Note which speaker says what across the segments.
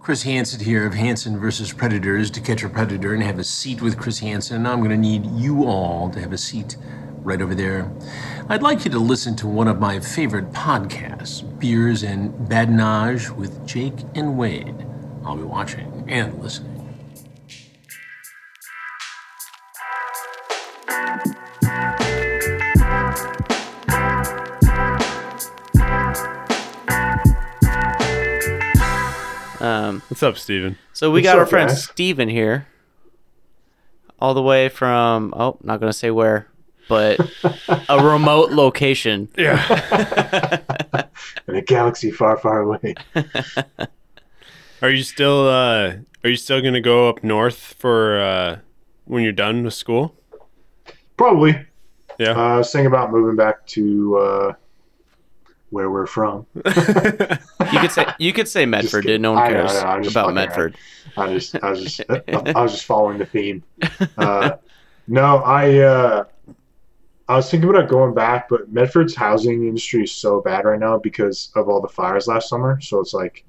Speaker 1: Chris Hansen here of Hansen versus Predators to catch a predator and have a seat with Chris Hansen. I'm going to need you all to have a seat right over there. I'd like you to listen to one of my favorite podcasts, Beers and Badinage with Jake and Wade. I'll be watching and listening.
Speaker 2: Um,
Speaker 3: What's up, Steven?
Speaker 2: so we
Speaker 4: What's
Speaker 2: got our
Speaker 4: up,
Speaker 2: friend
Speaker 4: guys?
Speaker 2: Steven here, all the way from oh, not gonna say where, but a remote location.
Speaker 3: Yeah.
Speaker 4: in a galaxy far, far away.
Speaker 3: Are you still uh are you still gonna go up north for uh when you're done with school?
Speaker 4: Probably. Uh,
Speaker 3: Yeah.
Speaker 4: I was thinking about moving back to uh, where we're from.
Speaker 2: You could say you could say Medford, dude. No one
Speaker 4: I know,
Speaker 2: cares
Speaker 4: I know, I'm just
Speaker 2: about
Speaker 4: fucking
Speaker 2: Medford.
Speaker 4: I just, I was just, I was just following the theme. Uh, no, I, uh, I was thinking about going back, but Medford's housing industry is so bad right now because of all the fires last summer. So it's like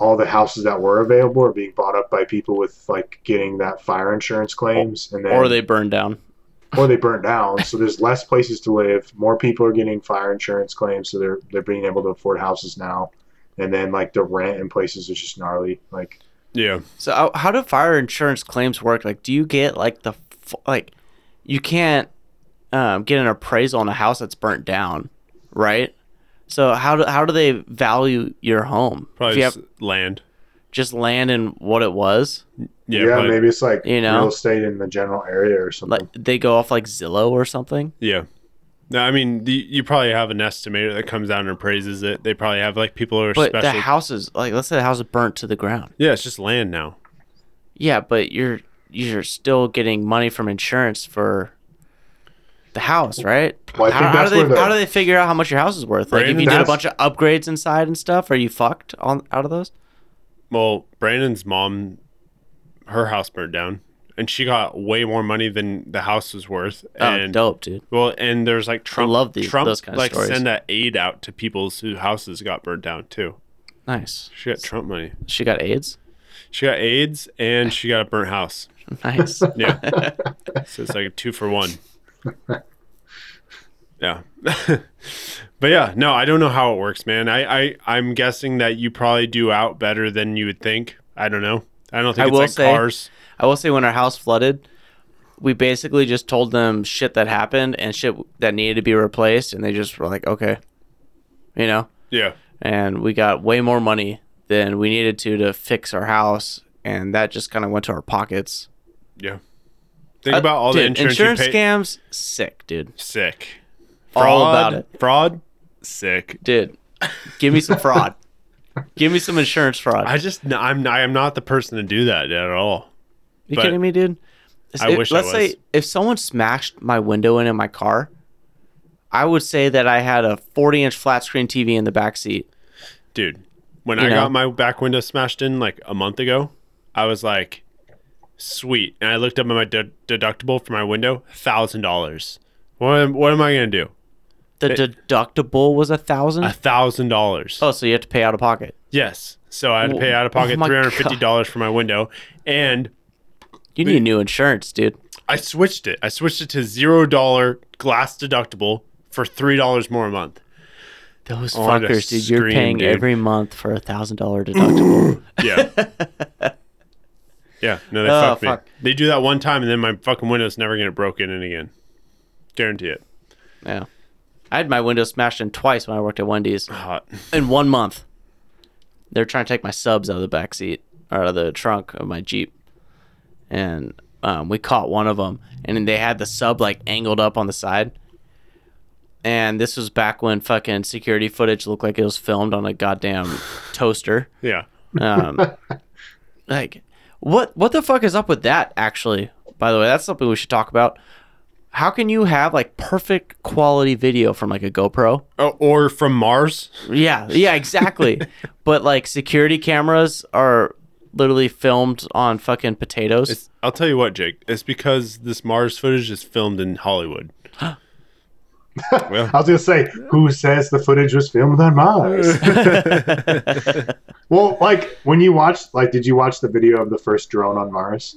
Speaker 4: all the houses that were available are being bought up by people with like getting that fire insurance claims, and then
Speaker 2: Or they burn down.
Speaker 4: or they burn down. So there's less places to live. More people are getting fire insurance claims, so they're they're being able to afford houses now. And then like the rent in places is just gnarly. Like
Speaker 3: Yeah.
Speaker 2: So how, how do fire insurance claims work? Like, do you get like the f- like you can't um, get an appraisal on a house that's burnt down, right? So how do how do they value your home? if
Speaker 3: Probably
Speaker 2: you
Speaker 3: just
Speaker 2: have
Speaker 3: land.
Speaker 2: just land and what it was,
Speaker 3: Yeah,
Speaker 4: yeah,
Speaker 3: probably-
Speaker 4: maybe it's like
Speaker 2: You know?
Speaker 4: real estate in the general area or something.
Speaker 2: like they go off like Zillow or something.
Speaker 3: yeah. No, I mean the, you probably have an estimator that comes down and appraises it. They probably have like people who are
Speaker 2: But
Speaker 3: special.
Speaker 2: the house is like let's say the house is burnt to the ground.
Speaker 3: yeah, it's just land now.
Speaker 2: Yeah, but you're you're still getting money from insurance for the house, right?
Speaker 4: Well, I
Speaker 2: how,
Speaker 4: think
Speaker 2: how
Speaker 4: that's
Speaker 2: do they
Speaker 4: where the-
Speaker 2: how do they figure out how much your house is worth? Like if
Speaker 3: Brandon,
Speaker 2: you did a
Speaker 4: that's-
Speaker 2: bunch of upgrades inside and stuff, are you fucked on out of those?
Speaker 3: Well, Brandon's mom, her house burnt down, and she got way more money than the house was worth.
Speaker 2: Oh,
Speaker 3: and
Speaker 2: dope, dude.
Speaker 3: well, and there's like Trump.
Speaker 2: love these-
Speaker 3: Trump
Speaker 2: those kinda
Speaker 3: like
Speaker 2: stories.
Speaker 3: send that aid out to people whose houses got burnt down too.
Speaker 2: Nice.
Speaker 3: She got Trump money.
Speaker 2: She got AIDS.
Speaker 3: She got AIDS and she got a burnt house.
Speaker 2: Nice.
Speaker 3: Yeah. so it's like a two for one. Yeah. but yeah, no, I don't know how it works, man. I, I, I'm guessing that you probably do out better than you would think. I don't know. I don't think
Speaker 2: I
Speaker 3: it's
Speaker 2: will
Speaker 3: like
Speaker 2: say-
Speaker 3: cars.
Speaker 2: I will say when our house flooded, we basically just told them shit that happened and shit that needed to be replaced, and they just were like, okay, you know.
Speaker 3: Yeah.
Speaker 2: and we got way more money than we needed to to fix our house and that just kind of went to our pockets
Speaker 3: Yeah. Think about all the
Speaker 2: Uh, Dude,
Speaker 3: insurance, you pay.
Speaker 2: scams sick dude
Speaker 3: Sick. Fraud,
Speaker 2: All about it.
Speaker 3: Fraud. Sick.
Speaker 2: dude give me some fraud give me some insurance fraud
Speaker 3: I just, no, I'm, I am not the person to do that at all.
Speaker 2: you
Speaker 3: but-
Speaker 2: kidding me dude
Speaker 3: I
Speaker 2: If-
Speaker 3: wish I
Speaker 2: let's
Speaker 3: was.
Speaker 2: say if someone smashed my window in in my car i would say that i had a 40 inch flat screen tv in the back seat
Speaker 3: dude when
Speaker 2: You
Speaker 3: i
Speaker 2: know?
Speaker 3: got my back window smashed in like a month ago i was like sweet and i looked up at my de- deductible for my window thousand dollars what am, what am i gonna do
Speaker 2: the deductible was a thousand
Speaker 3: a thousand dollars
Speaker 2: oh so you have to pay out of pocket
Speaker 3: yes so i had to
Speaker 2: Wh-
Speaker 3: pay out of pocket
Speaker 2: oh my
Speaker 3: $350 for my window and
Speaker 2: you need new insurance dude
Speaker 3: i switched it i switched it to zero dollar glass deductible for three dollars more a month
Speaker 2: Those
Speaker 3: wanted to
Speaker 2: fuckers, dude. You're
Speaker 3: scream,
Speaker 2: paying
Speaker 3: dude.
Speaker 2: every month for a thousand dollar deductible.
Speaker 3: yeah yeah no they
Speaker 2: Oh,
Speaker 3: fucked
Speaker 2: fuck.
Speaker 3: me they do that one time and then my fucking window's never gonna broken in again guarantee it
Speaker 2: yeah. I had my window smashed in twice when I worked at Wendy's
Speaker 3: hot
Speaker 2: in one month. They're trying to take my subs out of the back seat or out of the trunk of my Jeep. And um, we caught one of them and then they had the sub like angled up on the side. And this was back when fucking security footage looked like it was filmed on a goddamn toaster.
Speaker 3: Yeah.
Speaker 2: Um, like, what what the fuck is up with that? Actually, by the way, that's something we should talk about. How can you have like perfect quality video from like a GoPro?
Speaker 3: Oh, or from Mars.
Speaker 2: Yeah, yeah, exactly. but like security cameras are literally filmed on fucking potatoes.
Speaker 3: It's, I'll tell you what, Jake. It's because this Mars footage is filmed in Hollywood. Well.
Speaker 4: I was gonna say, who says the footage was filmed on Mars? well, like when you watched, like, did you watch the video of the first drone on Mars?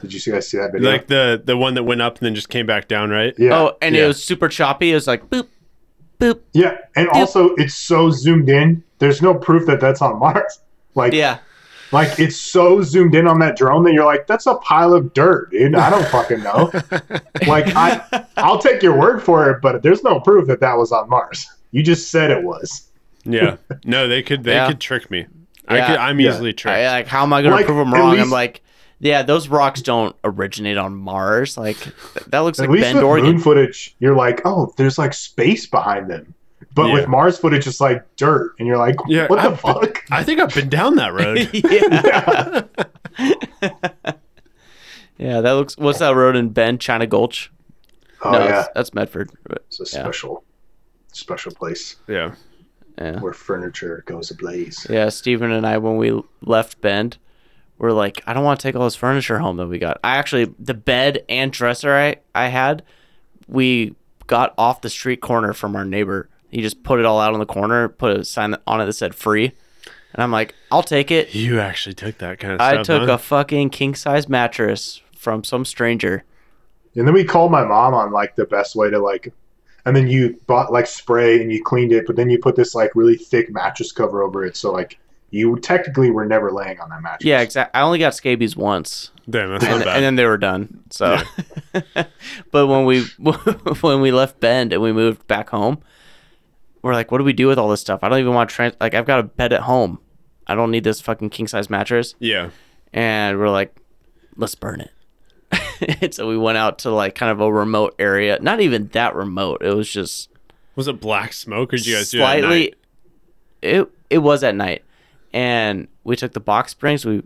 Speaker 4: Did you guys see that video?
Speaker 3: Like the the one that went up and then just came back down, right?
Speaker 4: yeah,
Speaker 2: Oh, and
Speaker 3: Yeah.
Speaker 2: it was super choppy. It was like boop, boop.
Speaker 4: yeah, and also it's so zoomed in. There's no proof that that's on Mars. Like,
Speaker 2: Yeah.
Speaker 4: like it's so zoomed in on that drone that you're like, that's a pile of dirt, dude. I don't fucking know. like, I, I'll take your word for it, but there's no proof that that was on Mars. You just said it was.
Speaker 3: Yeah. No, they could they
Speaker 2: Yeah.
Speaker 3: could trick me. I
Speaker 2: Yeah.
Speaker 3: could I'm
Speaker 4: Yeah.
Speaker 3: easily
Speaker 2: I-
Speaker 3: tricked.
Speaker 2: like, how am I going
Speaker 4: Like,
Speaker 2: to prove them
Speaker 4: at
Speaker 2: wrong? I'm
Speaker 4: least-
Speaker 2: like, yeah, those rocks don't originate on Mars. Like, th- that looks
Speaker 4: At
Speaker 2: like
Speaker 4: least
Speaker 2: Bend,
Speaker 4: with
Speaker 2: Oregon.
Speaker 4: moon footage, you're like, oh, there's like space behind them. But
Speaker 3: Yeah.
Speaker 4: with Mars footage, it's like dirt, and you're like,
Speaker 3: Yeah,
Speaker 4: what the
Speaker 3: I've-
Speaker 4: fuck?
Speaker 3: I think I've been down that road.
Speaker 2: uh, yeah. yeah, that looks. What's that road in Bend, China Gulch?
Speaker 4: Oh
Speaker 2: no,
Speaker 4: yeah,
Speaker 2: that's, that's Medford.
Speaker 4: it's a
Speaker 2: yeah.
Speaker 4: special, special place
Speaker 3: yeah.
Speaker 2: Yeah.
Speaker 4: where furniture goes ablaze.
Speaker 2: Yeah, Steven and I, when we left Bend, we're like, I don't want to take all this furniture home that we got. I actually, the bed and dresser I, I had, we got off the street corner from our neighbor. He just put it all out on the corner, put a sign on it that said free. And I'm like, I'll take it.
Speaker 3: You actually took that kind of
Speaker 2: I
Speaker 3: stuff.
Speaker 2: took
Speaker 3: huh?
Speaker 2: a fucking king size mattress from some stranger.
Speaker 4: And then we called my mom on like the best way to like, and then you bought like spray and you cleaned it, but then you put this like really thick mattress cover over it, so like you technically were never laying on that mattress.
Speaker 2: Yeah, exactly. I only got scabies once.
Speaker 3: Damn, that's
Speaker 2: and,
Speaker 3: not bad.
Speaker 2: and then they were done. So, but when we when we left Bend and we moved back home, we're like, what do we do with all this stuff? I don't even want to trans. Like, I've got a bed at home. I don't need this fucking king size mattress.
Speaker 3: yeah.
Speaker 2: And we're like, let's burn it. and so we went out to like kind of a remote area. Not even that remote. It was just
Speaker 3: Was it black smoke or did you guys do that? at
Speaker 2: slightly.
Speaker 3: night?
Speaker 2: It it was at night, and we took the box springs. We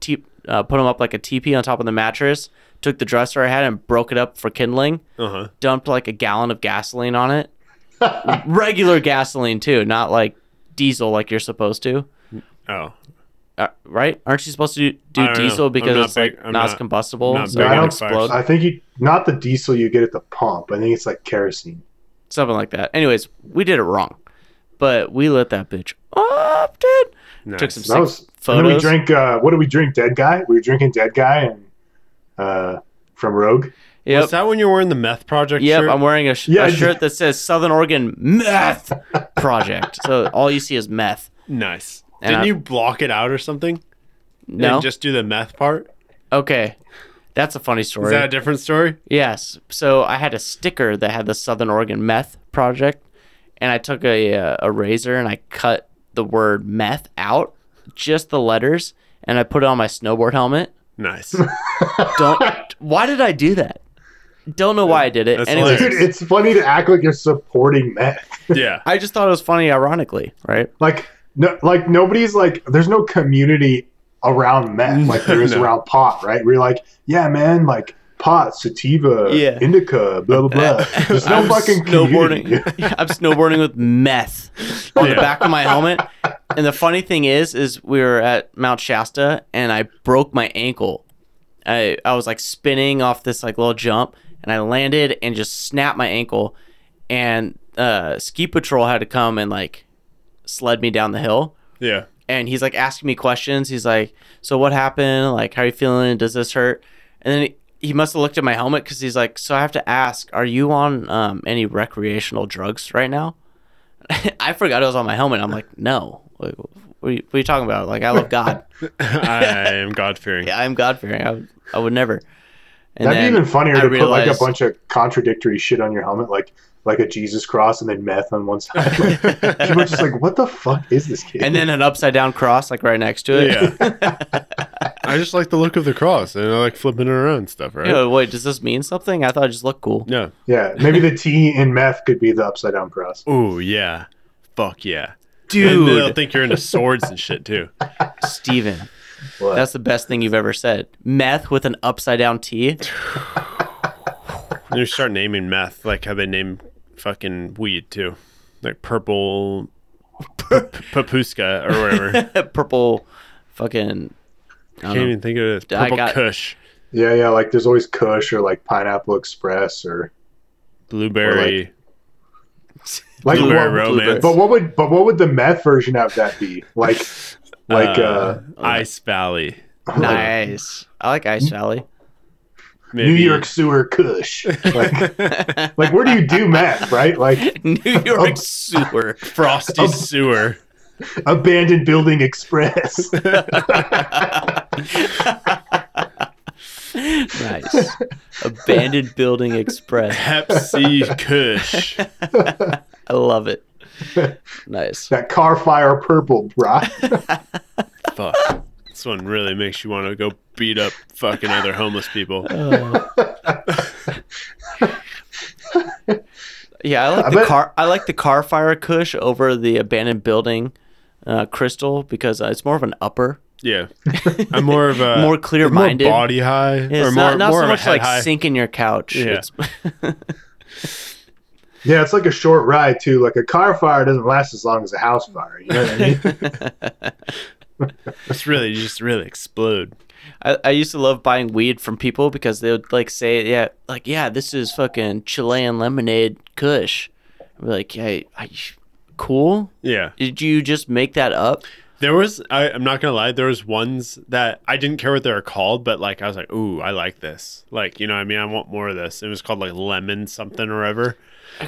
Speaker 2: te- uh, put them up like a teepee on top of the mattress. Took the dresser I had and broke it up for kindling.
Speaker 3: Uh-huh.
Speaker 2: Dumped like a gallon of gasoline on it. Regular gasoline too, not like diesel like you're supposed to.
Speaker 3: Oh.
Speaker 2: Uh, right? Aren't you supposed to
Speaker 3: I
Speaker 2: do
Speaker 3: don't know.
Speaker 2: diesel
Speaker 3: I'm
Speaker 2: because
Speaker 3: not
Speaker 2: it's
Speaker 3: big-
Speaker 2: like
Speaker 3: I'm
Speaker 2: not, as
Speaker 3: not-
Speaker 2: combustible,
Speaker 3: not
Speaker 2: so
Speaker 4: big
Speaker 2: it
Speaker 4: on
Speaker 2: won't explode?
Speaker 4: I think you not the diesel you get at the pump. I think it's like kerosene.
Speaker 2: Something like that. Anyways, we did it wrong, but we lit that bitch up, dude. Took
Speaker 3: Nice.
Speaker 2: some sick
Speaker 4: That was And then we
Speaker 2: photos.
Speaker 4: drank. Uh, what did we drink? Dead guy. We were drinking Dead guy and uh, from Rogue.
Speaker 2: Yep.
Speaker 3: Was that when you were in the meth project
Speaker 2: Yep,
Speaker 3: shirt?
Speaker 2: I'm wearing a, sh-
Speaker 4: Yeah, I
Speaker 2: a
Speaker 4: did.
Speaker 2: shirt that says Southern Oregon Meth Project. so all you see is meth.
Speaker 3: nice.
Speaker 2: And
Speaker 3: Didn't
Speaker 2: I-
Speaker 3: you block it out or something?
Speaker 2: No,
Speaker 3: And just do the meth part?
Speaker 2: okay, that's a funny
Speaker 3: Is
Speaker 2: story.
Speaker 3: that a different story?
Speaker 2: yes, so I had a sticker that had the Southern Oregon Meth Project, and I took a uh, a razor and I cut the word meth out, just the letters, and I put it on my snowboard helmet.
Speaker 3: Nice.
Speaker 2: Don't. why did I do that? Don't know why I did it.
Speaker 3: That's
Speaker 2: Anyways,
Speaker 4: Dude, it's funny to act like you're supporting meth.
Speaker 3: yeah.
Speaker 2: I just thought it was funny, ironically, right?
Speaker 4: Like no, like nobody's like. There's no community around meth like there is
Speaker 3: No.
Speaker 4: around pot. Right? We're like, yeah, man, like pot, sativa,
Speaker 2: Yeah.
Speaker 4: indica, blah blah blah. There's no
Speaker 2: I'm
Speaker 4: fucking
Speaker 2: snowboarding.
Speaker 4: community.
Speaker 2: I'm snowboarding with meth on
Speaker 3: Yeah.
Speaker 2: the back of my helmet. And the funny thing is, is we were at Mount Shasta and I broke my ankle. I I was like spinning off this like little jump and I landed and just snapped my ankle. And uh, ski patrol had to come and like sled me down the hill
Speaker 3: Yeah.
Speaker 2: and he's like asking me questions. He's like, "So what happened? Like, how are you feeling? Does this hurt?" And then he, he must have looked at my helmet because he's like, "So I have to ask, are you on um, any recreational drugs right now?" I forgot I was on my helmet. I'm like, "No, like, what, are you, what are you talking about? Like, I love God.
Speaker 3: I am God fearing.
Speaker 2: Yeah, I'm God fearing. I, would- I would never." And
Speaker 4: That'd be
Speaker 2: then
Speaker 4: even funnier
Speaker 2: I
Speaker 4: to put like a
Speaker 2: realized-
Speaker 4: bunch of contradictory shit on your helmet, like like a Jesus cross and then meth on one side. People are just like, what the fuck is this kid?
Speaker 2: and then an upside down cross like right next to it.
Speaker 3: Yeah. I just like the look of the cross and I like flipping it around and stuff, right?
Speaker 2: You know, wait, does this mean something? I thought it just looked cool.
Speaker 3: Yeah.
Speaker 4: yeah, maybe the T in meth could be the upside down cross.
Speaker 3: Oh yeah. Fuck yeah. And they'll
Speaker 2: Dude,
Speaker 3: think you're into swords and shit too.
Speaker 2: Steven.
Speaker 4: What?
Speaker 2: That's the best thing you've ever said. Meth with an upside down T.
Speaker 3: And you start naming meth like how they name fucking weed too, like purple papuska or whatever.
Speaker 2: purple fucking
Speaker 3: I can't even think of it.
Speaker 2: I
Speaker 3: Purple
Speaker 2: got-
Speaker 3: Kush,
Speaker 4: yeah, yeah. Like there's always Kush or like Pineapple Express or
Speaker 3: blueberry,
Speaker 4: Like,
Speaker 3: Blueberry
Speaker 4: what-
Speaker 3: romance.
Speaker 4: but what would but what would the meth version of that be? Like, like uh,
Speaker 3: Ice Valley.
Speaker 2: Oh,
Speaker 4: like
Speaker 2: Nice. I like Ice Valley.
Speaker 4: New
Speaker 3: Maybe.
Speaker 4: York sewer Kush. Like, like where do you do meth? Right? Like
Speaker 2: New York sewer.
Speaker 3: Frosty Sewer.
Speaker 4: abandoned building express.
Speaker 2: Nice. Abandoned Building Express.
Speaker 3: Pepsi Kush.
Speaker 2: I love it. Nice.
Speaker 4: that car fire purple, right?
Speaker 3: Fuck. This one really makes you want to go beat up fucking other homeless people.
Speaker 2: Yeah, I like
Speaker 4: I
Speaker 2: the
Speaker 4: bet-
Speaker 2: car. I like the car fire Kush over the abandoned building uh, crystal because uh, it's more of an upper,
Speaker 3: Yeah. I'm more of a
Speaker 2: more clear-minded.
Speaker 3: more body high,
Speaker 2: It's
Speaker 3: or more,
Speaker 2: not, not
Speaker 3: more
Speaker 2: so
Speaker 3: of a
Speaker 2: much
Speaker 3: head
Speaker 2: like
Speaker 3: high.
Speaker 2: sinking your couch.
Speaker 3: Yeah.
Speaker 2: It's,
Speaker 4: Yeah, it's like a short ride too. Like a car fire doesn't last as long as a house fire. You know what I mean?
Speaker 3: It's really you just really explode.
Speaker 2: I, I used to love buying weed from people because they would like say, yeah, like yeah, this is fucking Chilean lemonade Kush. I'd be like, hey, I, cool.
Speaker 3: Yeah.
Speaker 2: Did you just make that up?
Speaker 3: There was I, I'm not gonna lie, there was ones that I didn't care what they were called, but like I was like, ooh, I like this. Like, you know what I mean? I want more of this. It was called like lemon something or whatever.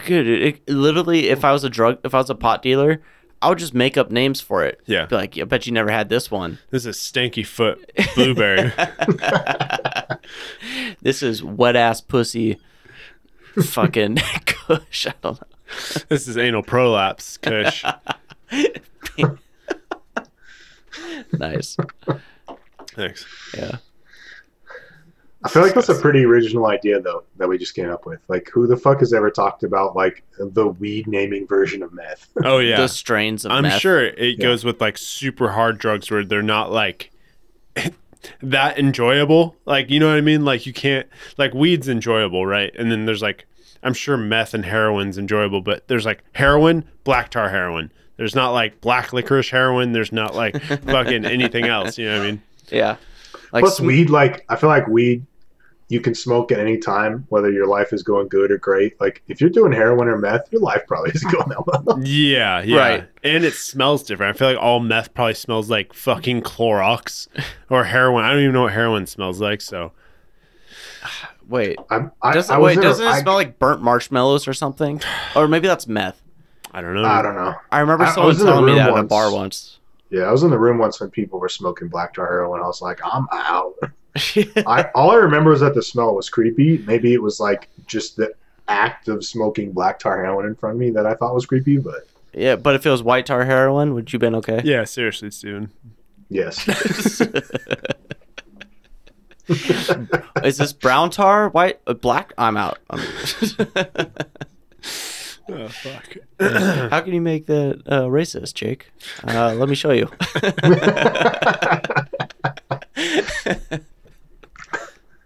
Speaker 2: Dude, it, it- literally, if I was a drug, if I was a pot dealer, I would just make up names for it.
Speaker 3: Yeah.
Speaker 2: Be like, I bet you never had this one.
Speaker 3: This is stanky foot blueberry.
Speaker 2: This is wet ass pussy. Fucking Kush. I don't know.
Speaker 3: this is anal prolapse, Kush.
Speaker 2: Nice.
Speaker 3: Thanks.
Speaker 2: Yeah.
Speaker 4: I feel like that's a pretty original idea though that we just came up with. Like, who the fuck has ever talked about like the weed naming version of meth?
Speaker 3: Oh yeah.
Speaker 2: Those strains of
Speaker 3: I'm
Speaker 2: meth.
Speaker 3: sure it
Speaker 4: Yeah.
Speaker 3: goes with like super hard drugs where they're not like that enjoyable. Like, you know what I mean? Like, you can't, like, weed's enjoyable, right? And then there's like, I'm sure meth and heroin's enjoyable, but there's like heroin, black tar heroin. There's not like black licorice heroin. There's not like fucking anything else. You know what I mean?
Speaker 2: Yeah. Like
Speaker 4: Plus,
Speaker 2: sm-
Speaker 4: weed. Like, I feel like weed. You can smoke at any time, whether your life is going good or great. Like, if you're doing heroin or meth, your life probably isn't going that well.
Speaker 3: Yeah, yeah.
Speaker 2: Right.
Speaker 3: And it smells different. I feel like all meth probably smells like fucking Clorox or heroin. I don't even know what heroin smells like. So
Speaker 2: wait.
Speaker 4: I'm, I,
Speaker 2: Doesn't,
Speaker 4: I was
Speaker 2: wait,
Speaker 4: never-
Speaker 2: doesn't it
Speaker 4: I-
Speaker 2: smell like burnt marshmallows or something? Or maybe that's meth.
Speaker 3: I don't know.
Speaker 4: I don't know.
Speaker 2: I remember
Speaker 4: I- I
Speaker 2: someone
Speaker 4: was in a
Speaker 2: telling me
Speaker 4: room
Speaker 2: that at a
Speaker 4: once.
Speaker 2: bar once.
Speaker 4: Yeah, I was in the room once when people were smoking black tar heroin. I was like, I'm out. I all I remember is that the smell was creepy. Maybe it was like just the act of smoking black tar heroin in front of me that I thought was creepy. But
Speaker 2: yeah, but if it was white tar heroin, would you been okay?
Speaker 3: Yeah, seriously, Steven.
Speaker 4: yes,
Speaker 2: Is this brown tar, white, uh, black? I'm out. I'm-
Speaker 3: Oh, fuck.
Speaker 2: How can you make that uh, racist, Jake? Uh, let me show you.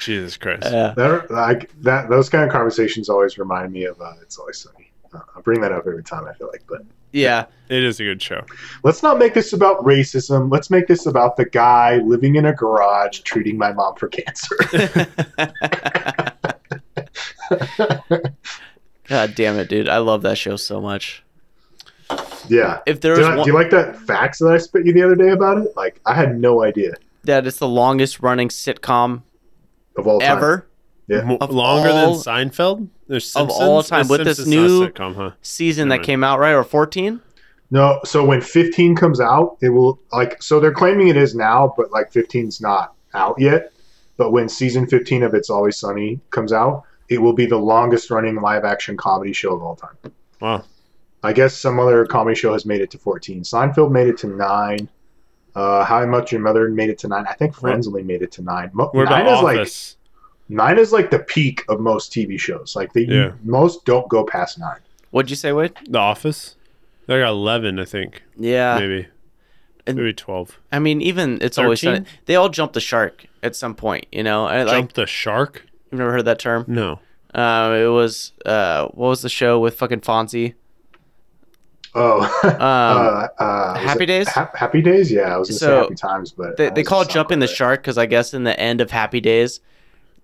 Speaker 3: Jesus Christ.
Speaker 2: Yeah.
Speaker 4: that, like that. Those kind of conversations always remind me of uh, "It's Always Sunny." Uh, I bring that up every time. I feel like, but
Speaker 2: yeah.
Speaker 3: It is a good show.
Speaker 4: let's not make this about racism. Let's make this about the guy living in a garage treating my mom for cancer.
Speaker 2: God damn it, dude. I love that show so much.
Speaker 4: yeah.
Speaker 2: If there
Speaker 4: Do,
Speaker 2: was
Speaker 4: I- do
Speaker 2: one
Speaker 4: you like that fax that I spit you the other day about it? Like, I had no idea
Speaker 2: that it's the longest running sitcom
Speaker 4: of all time.
Speaker 2: ever,
Speaker 4: Yeah.
Speaker 3: Mo-
Speaker 2: Of
Speaker 3: longer
Speaker 2: all-
Speaker 3: than Seinfeld? There's
Speaker 2: of
Speaker 3: Simpsons?
Speaker 2: all time,
Speaker 3: There's
Speaker 2: with this
Speaker 3: Simpsons not
Speaker 2: new-
Speaker 3: a sitcom, huh?
Speaker 2: season
Speaker 3: Mhm.
Speaker 2: that came out, right? Or 14?
Speaker 4: No, so when 15 comes out, it will like so they're claiming it is now, but like 15's not out yet. But when season 15 of It's Always Sunny comes out, it will be the longest running live action comedy show of all time.
Speaker 3: Wow.
Speaker 4: I guess some other comedy show has made it to 14. Seinfeld made it to 9. Uh, How I Met Your Mother made it to 9. I think Friends only made it to 9. Mo-
Speaker 3: We're about
Speaker 4: 9 is like
Speaker 3: Office.
Speaker 4: 9 is like the peak of most TV shows. Like they
Speaker 3: Yeah.
Speaker 4: most don't go past 9.
Speaker 2: What'd you say, Wade?
Speaker 3: the Office? They got 11, I think.
Speaker 2: Yeah.
Speaker 3: Maybe.
Speaker 2: Uh, and-
Speaker 3: Maybe 12.
Speaker 2: I mean, even it's always
Speaker 3: 13?
Speaker 2: Sunny- they all jump the shark at some point, you know. I, like
Speaker 3: Jump the Shark?
Speaker 2: you've never heard that term.
Speaker 3: No.
Speaker 2: Um, it was uh, what was the show with fucking Fonzie?
Speaker 4: Oh,
Speaker 2: Um,
Speaker 4: uh, uh, was
Speaker 2: Happy
Speaker 4: it
Speaker 2: Days?
Speaker 4: Ha- happy Days, yeah. I was gonna
Speaker 2: So,
Speaker 4: say Happy Times, but
Speaker 2: They,
Speaker 4: that
Speaker 2: they
Speaker 4: was
Speaker 2: call it
Speaker 4: something
Speaker 2: jumping the
Speaker 4: like-
Speaker 2: shark because I guess in the end of Happy Days,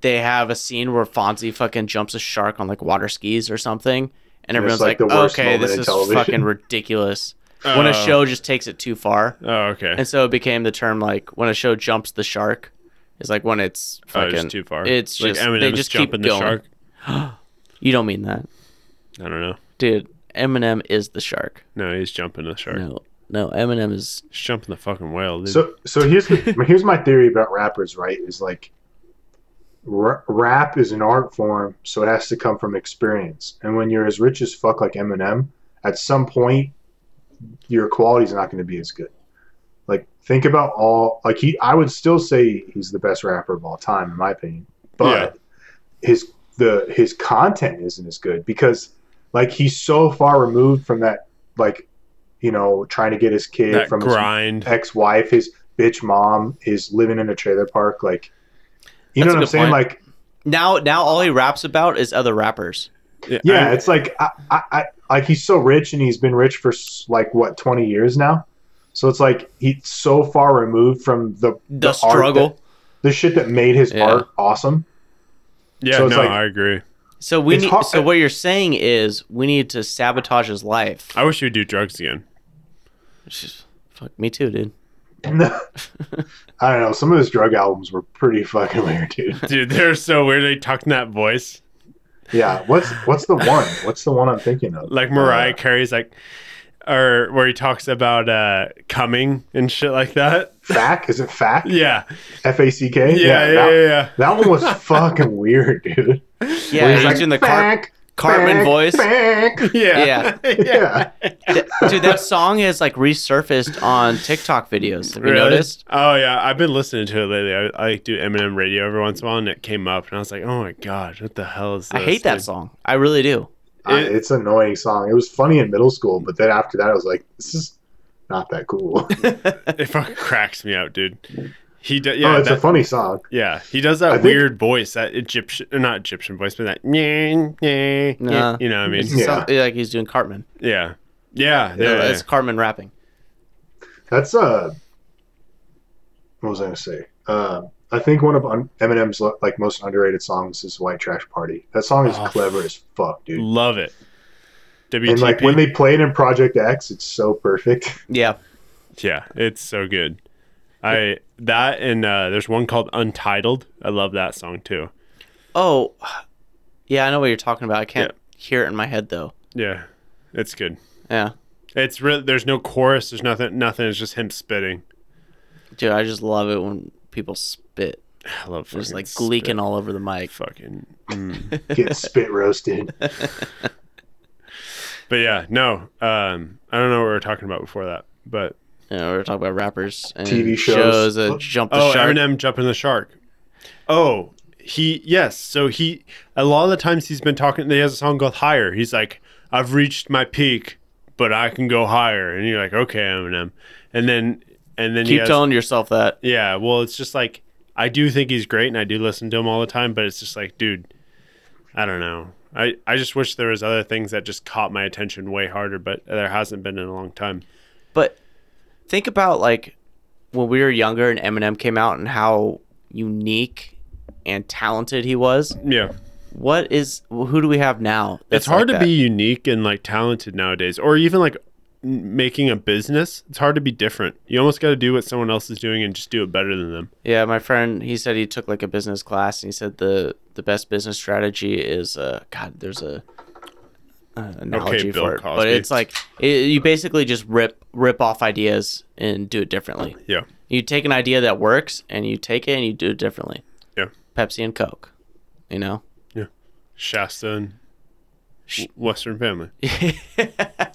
Speaker 2: they have a scene where Fonzie fucking jumps a shark on like water skis or something, and
Speaker 4: it's,
Speaker 2: everyone's
Speaker 4: like,
Speaker 2: like,
Speaker 4: the worst
Speaker 2: "Okay,
Speaker 4: moment
Speaker 2: this
Speaker 4: in
Speaker 2: is
Speaker 4: television."
Speaker 2: fucking ridiculous." when
Speaker 3: Oh.
Speaker 2: a show just takes it too far,
Speaker 3: Oh, okay.
Speaker 2: and so it became the term like when a show jumps the shark. It's like when it's
Speaker 3: Oh,
Speaker 2: fucking
Speaker 3: it's too far.
Speaker 2: It's
Speaker 3: like
Speaker 2: just
Speaker 3: Eminem
Speaker 2: they
Speaker 3: is
Speaker 2: just keep
Speaker 3: jumping
Speaker 2: going.
Speaker 3: the shark.
Speaker 2: You don't mean that,
Speaker 3: I don't know.
Speaker 2: dude. Eminem is the shark.
Speaker 3: No, he's jumping the shark.
Speaker 2: No, no, Eminem is
Speaker 3: He's jumping the fucking whale, dude.
Speaker 4: So so here's the, here's my theory about rappers, right? Is like ra- rap is an art form, so it has to come from experience. And when you're as rich as fuck like Eminem, at some point your quality's not going to be as good. Like think about all like he I would still say he's the best rapper of all time in my opinion. But his the his content isn't as good because like he's so far removed from that like you know trying to get his kid
Speaker 3: that
Speaker 4: from his
Speaker 3: grind.
Speaker 4: ex-wife, his bitch mom, is living in a trailer park. Like, you
Speaker 2: That's a
Speaker 4: know what I'm
Speaker 2: good
Speaker 4: saying?
Speaker 2: point.
Speaker 4: Like,
Speaker 2: now. Now all he raps about is other rappers.
Speaker 4: yeah,
Speaker 3: I-
Speaker 4: it's like I, I, I, like he's so rich and he's been rich for s- like what 20 years now. So it's like he's so far removed from the
Speaker 2: The,
Speaker 4: art
Speaker 2: struggle.
Speaker 4: that- the shit that made his
Speaker 2: Yeah.
Speaker 4: art awesome.
Speaker 3: yeah,
Speaker 4: so
Speaker 3: no,
Speaker 4: it's like-
Speaker 3: I agree.
Speaker 2: So we
Speaker 4: It's
Speaker 2: need.
Speaker 4: hard-
Speaker 2: So what you're saying is we need to sabotage his life.
Speaker 3: I wish you would do drugs again.
Speaker 2: It's just- Fuck me too, dude.
Speaker 4: I don't know. Some of his drug albums were pretty fucking weird, dude.
Speaker 3: Dude, they're so weird. They talk in that voice.
Speaker 4: Yeah. What's what's the one? What's the one I'm thinking of?
Speaker 3: Like Mariah
Speaker 4: Uh,
Speaker 3: Carey's like or where he talks about uh coming and shit like that.
Speaker 4: Fac? Is it Fac?
Speaker 3: Yeah.
Speaker 4: F A C K.
Speaker 3: Yeah, yeah, yeah.
Speaker 4: that,
Speaker 3: yeah.
Speaker 4: that one was fucking weird, dude.
Speaker 2: Yeah,
Speaker 4: Where
Speaker 2: he's
Speaker 4: like,
Speaker 2: doing the car-
Speaker 4: "Fac,
Speaker 2: Cartman
Speaker 4: Fac,
Speaker 2: voice.
Speaker 4: Fac."
Speaker 3: Yeah.
Speaker 4: Yeah.
Speaker 2: Th- dude, that song has like resurfaced on TikTok videos. Have you
Speaker 3: Really?
Speaker 2: noticed?
Speaker 3: Oh yeah, I've been listening to it lately. I, I like do Eminem radio every once in a while, and it came up, and I was like, "Oh my god, what the hell is this?"
Speaker 2: I hate that
Speaker 3: dude?
Speaker 2: song. I really do.
Speaker 4: I-
Speaker 3: It-
Speaker 4: Uh, it's an annoying song. It was funny in middle school, but then after that, I was like, this is not that cool.
Speaker 3: It fucking cracks me out, dude. He do, yeah,
Speaker 4: oh, it's
Speaker 3: that-
Speaker 4: a funny song.
Speaker 3: yeah, he does
Speaker 4: I
Speaker 3: that
Speaker 4: think-
Speaker 3: weird voice, that Egyptian, or not Egyptian voice, but that yeah, yeah,
Speaker 2: Nah.
Speaker 3: you know what I mean?
Speaker 2: It's
Speaker 4: Yeah.
Speaker 2: some- like he's doing Cartman.
Speaker 3: Yeah, yeah, yeah.
Speaker 2: Yeah,
Speaker 3: yeah.
Speaker 2: It's Cartman rapping.
Speaker 4: That's uh, what was I gonna say? Uh, I think one of un- Eminem's like most underrated songs is "White Trash Party." That song is
Speaker 3: Oh,
Speaker 4: clever as fuck, dude.
Speaker 3: Love it. WTP.
Speaker 4: And like when they play it in Project X, it's so perfect.
Speaker 2: Yeah.
Speaker 3: yeah, it's so good. I that and uh, there's one called Untitled. I love that song too.
Speaker 2: Oh, yeah. I know what you're talking about. I can't hear it in my head though.
Speaker 3: Yeah, it's good.
Speaker 2: Yeah,
Speaker 3: It's really there's no chorus. There's nothing. Nothing. It's just him spitting.
Speaker 2: dude. I just love it when people spit.
Speaker 3: I love
Speaker 2: Just
Speaker 3: fucking
Speaker 2: like
Speaker 3: spit.
Speaker 2: gleeking all over the mic.
Speaker 3: Fucking. mm.
Speaker 4: Get spit roasted.
Speaker 3: but yeah, no. Um, I don't know what we were talking about before that, but
Speaker 2: You know, we were talking about rappers and
Speaker 4: TV shows.
Speaker 2: that jump the
Speaker 3: oh,
Speaker 2: shark.
Speaker 3: Eminem jumping the shark. Oh, he yes. So he a lot of the times he's been talking. He has a song called Higher. He's like, I've reached my peak, but I can go higher. And you're like, okay, Eminem. And then and then he
Speaker 2: Keep
Speaker 3: has,
Speaker 2: telling yourself that.
Speaker 3: Yeah, well, it's just like I do think he's great, and I do listen to him all the time. But it's just like, dude, I don't know. I I just wish there was other things that just caught my attention way harder, but there hasn't been in a long time.
Speaker 2: But think about like when we were younger and Eminem came out and how unique and talented he was.
Speaker 3: Yeah,
Speaker 2: What is who do we have now?
Speaker 3: it's
Speaker 2: that's
Speaker 3: hard
Speaker 2: like
Speaker 3: to be
Speaker 2: that?
Speaker 3: unique and like talented nowadays, or even like n- making a business. It's hard to be different. You almost got to do what someone else is doing and just do it better than them.
Speaker 2: Yeah, my friend he said he took like a business class and he said the the best business strategy is uh God, there's a uh, analogy
Speaker 3: Bill
Speaker 2: for it, but
Speaker 3: Cosby.
Speaker 2: it's like it, you basically just rip rip off ideas and do it differently.
Speaker 3: Yeah,
Speaker 2: You take an idea that works and you take it and you do it differently.
Speaker 3: Yeah.
Speaker 2: Pepsi and Coke. You know?
Speaker 3: Shasta and
Speaker 2: Sh-
Speaker 3: Western Family.
Speaker 4: what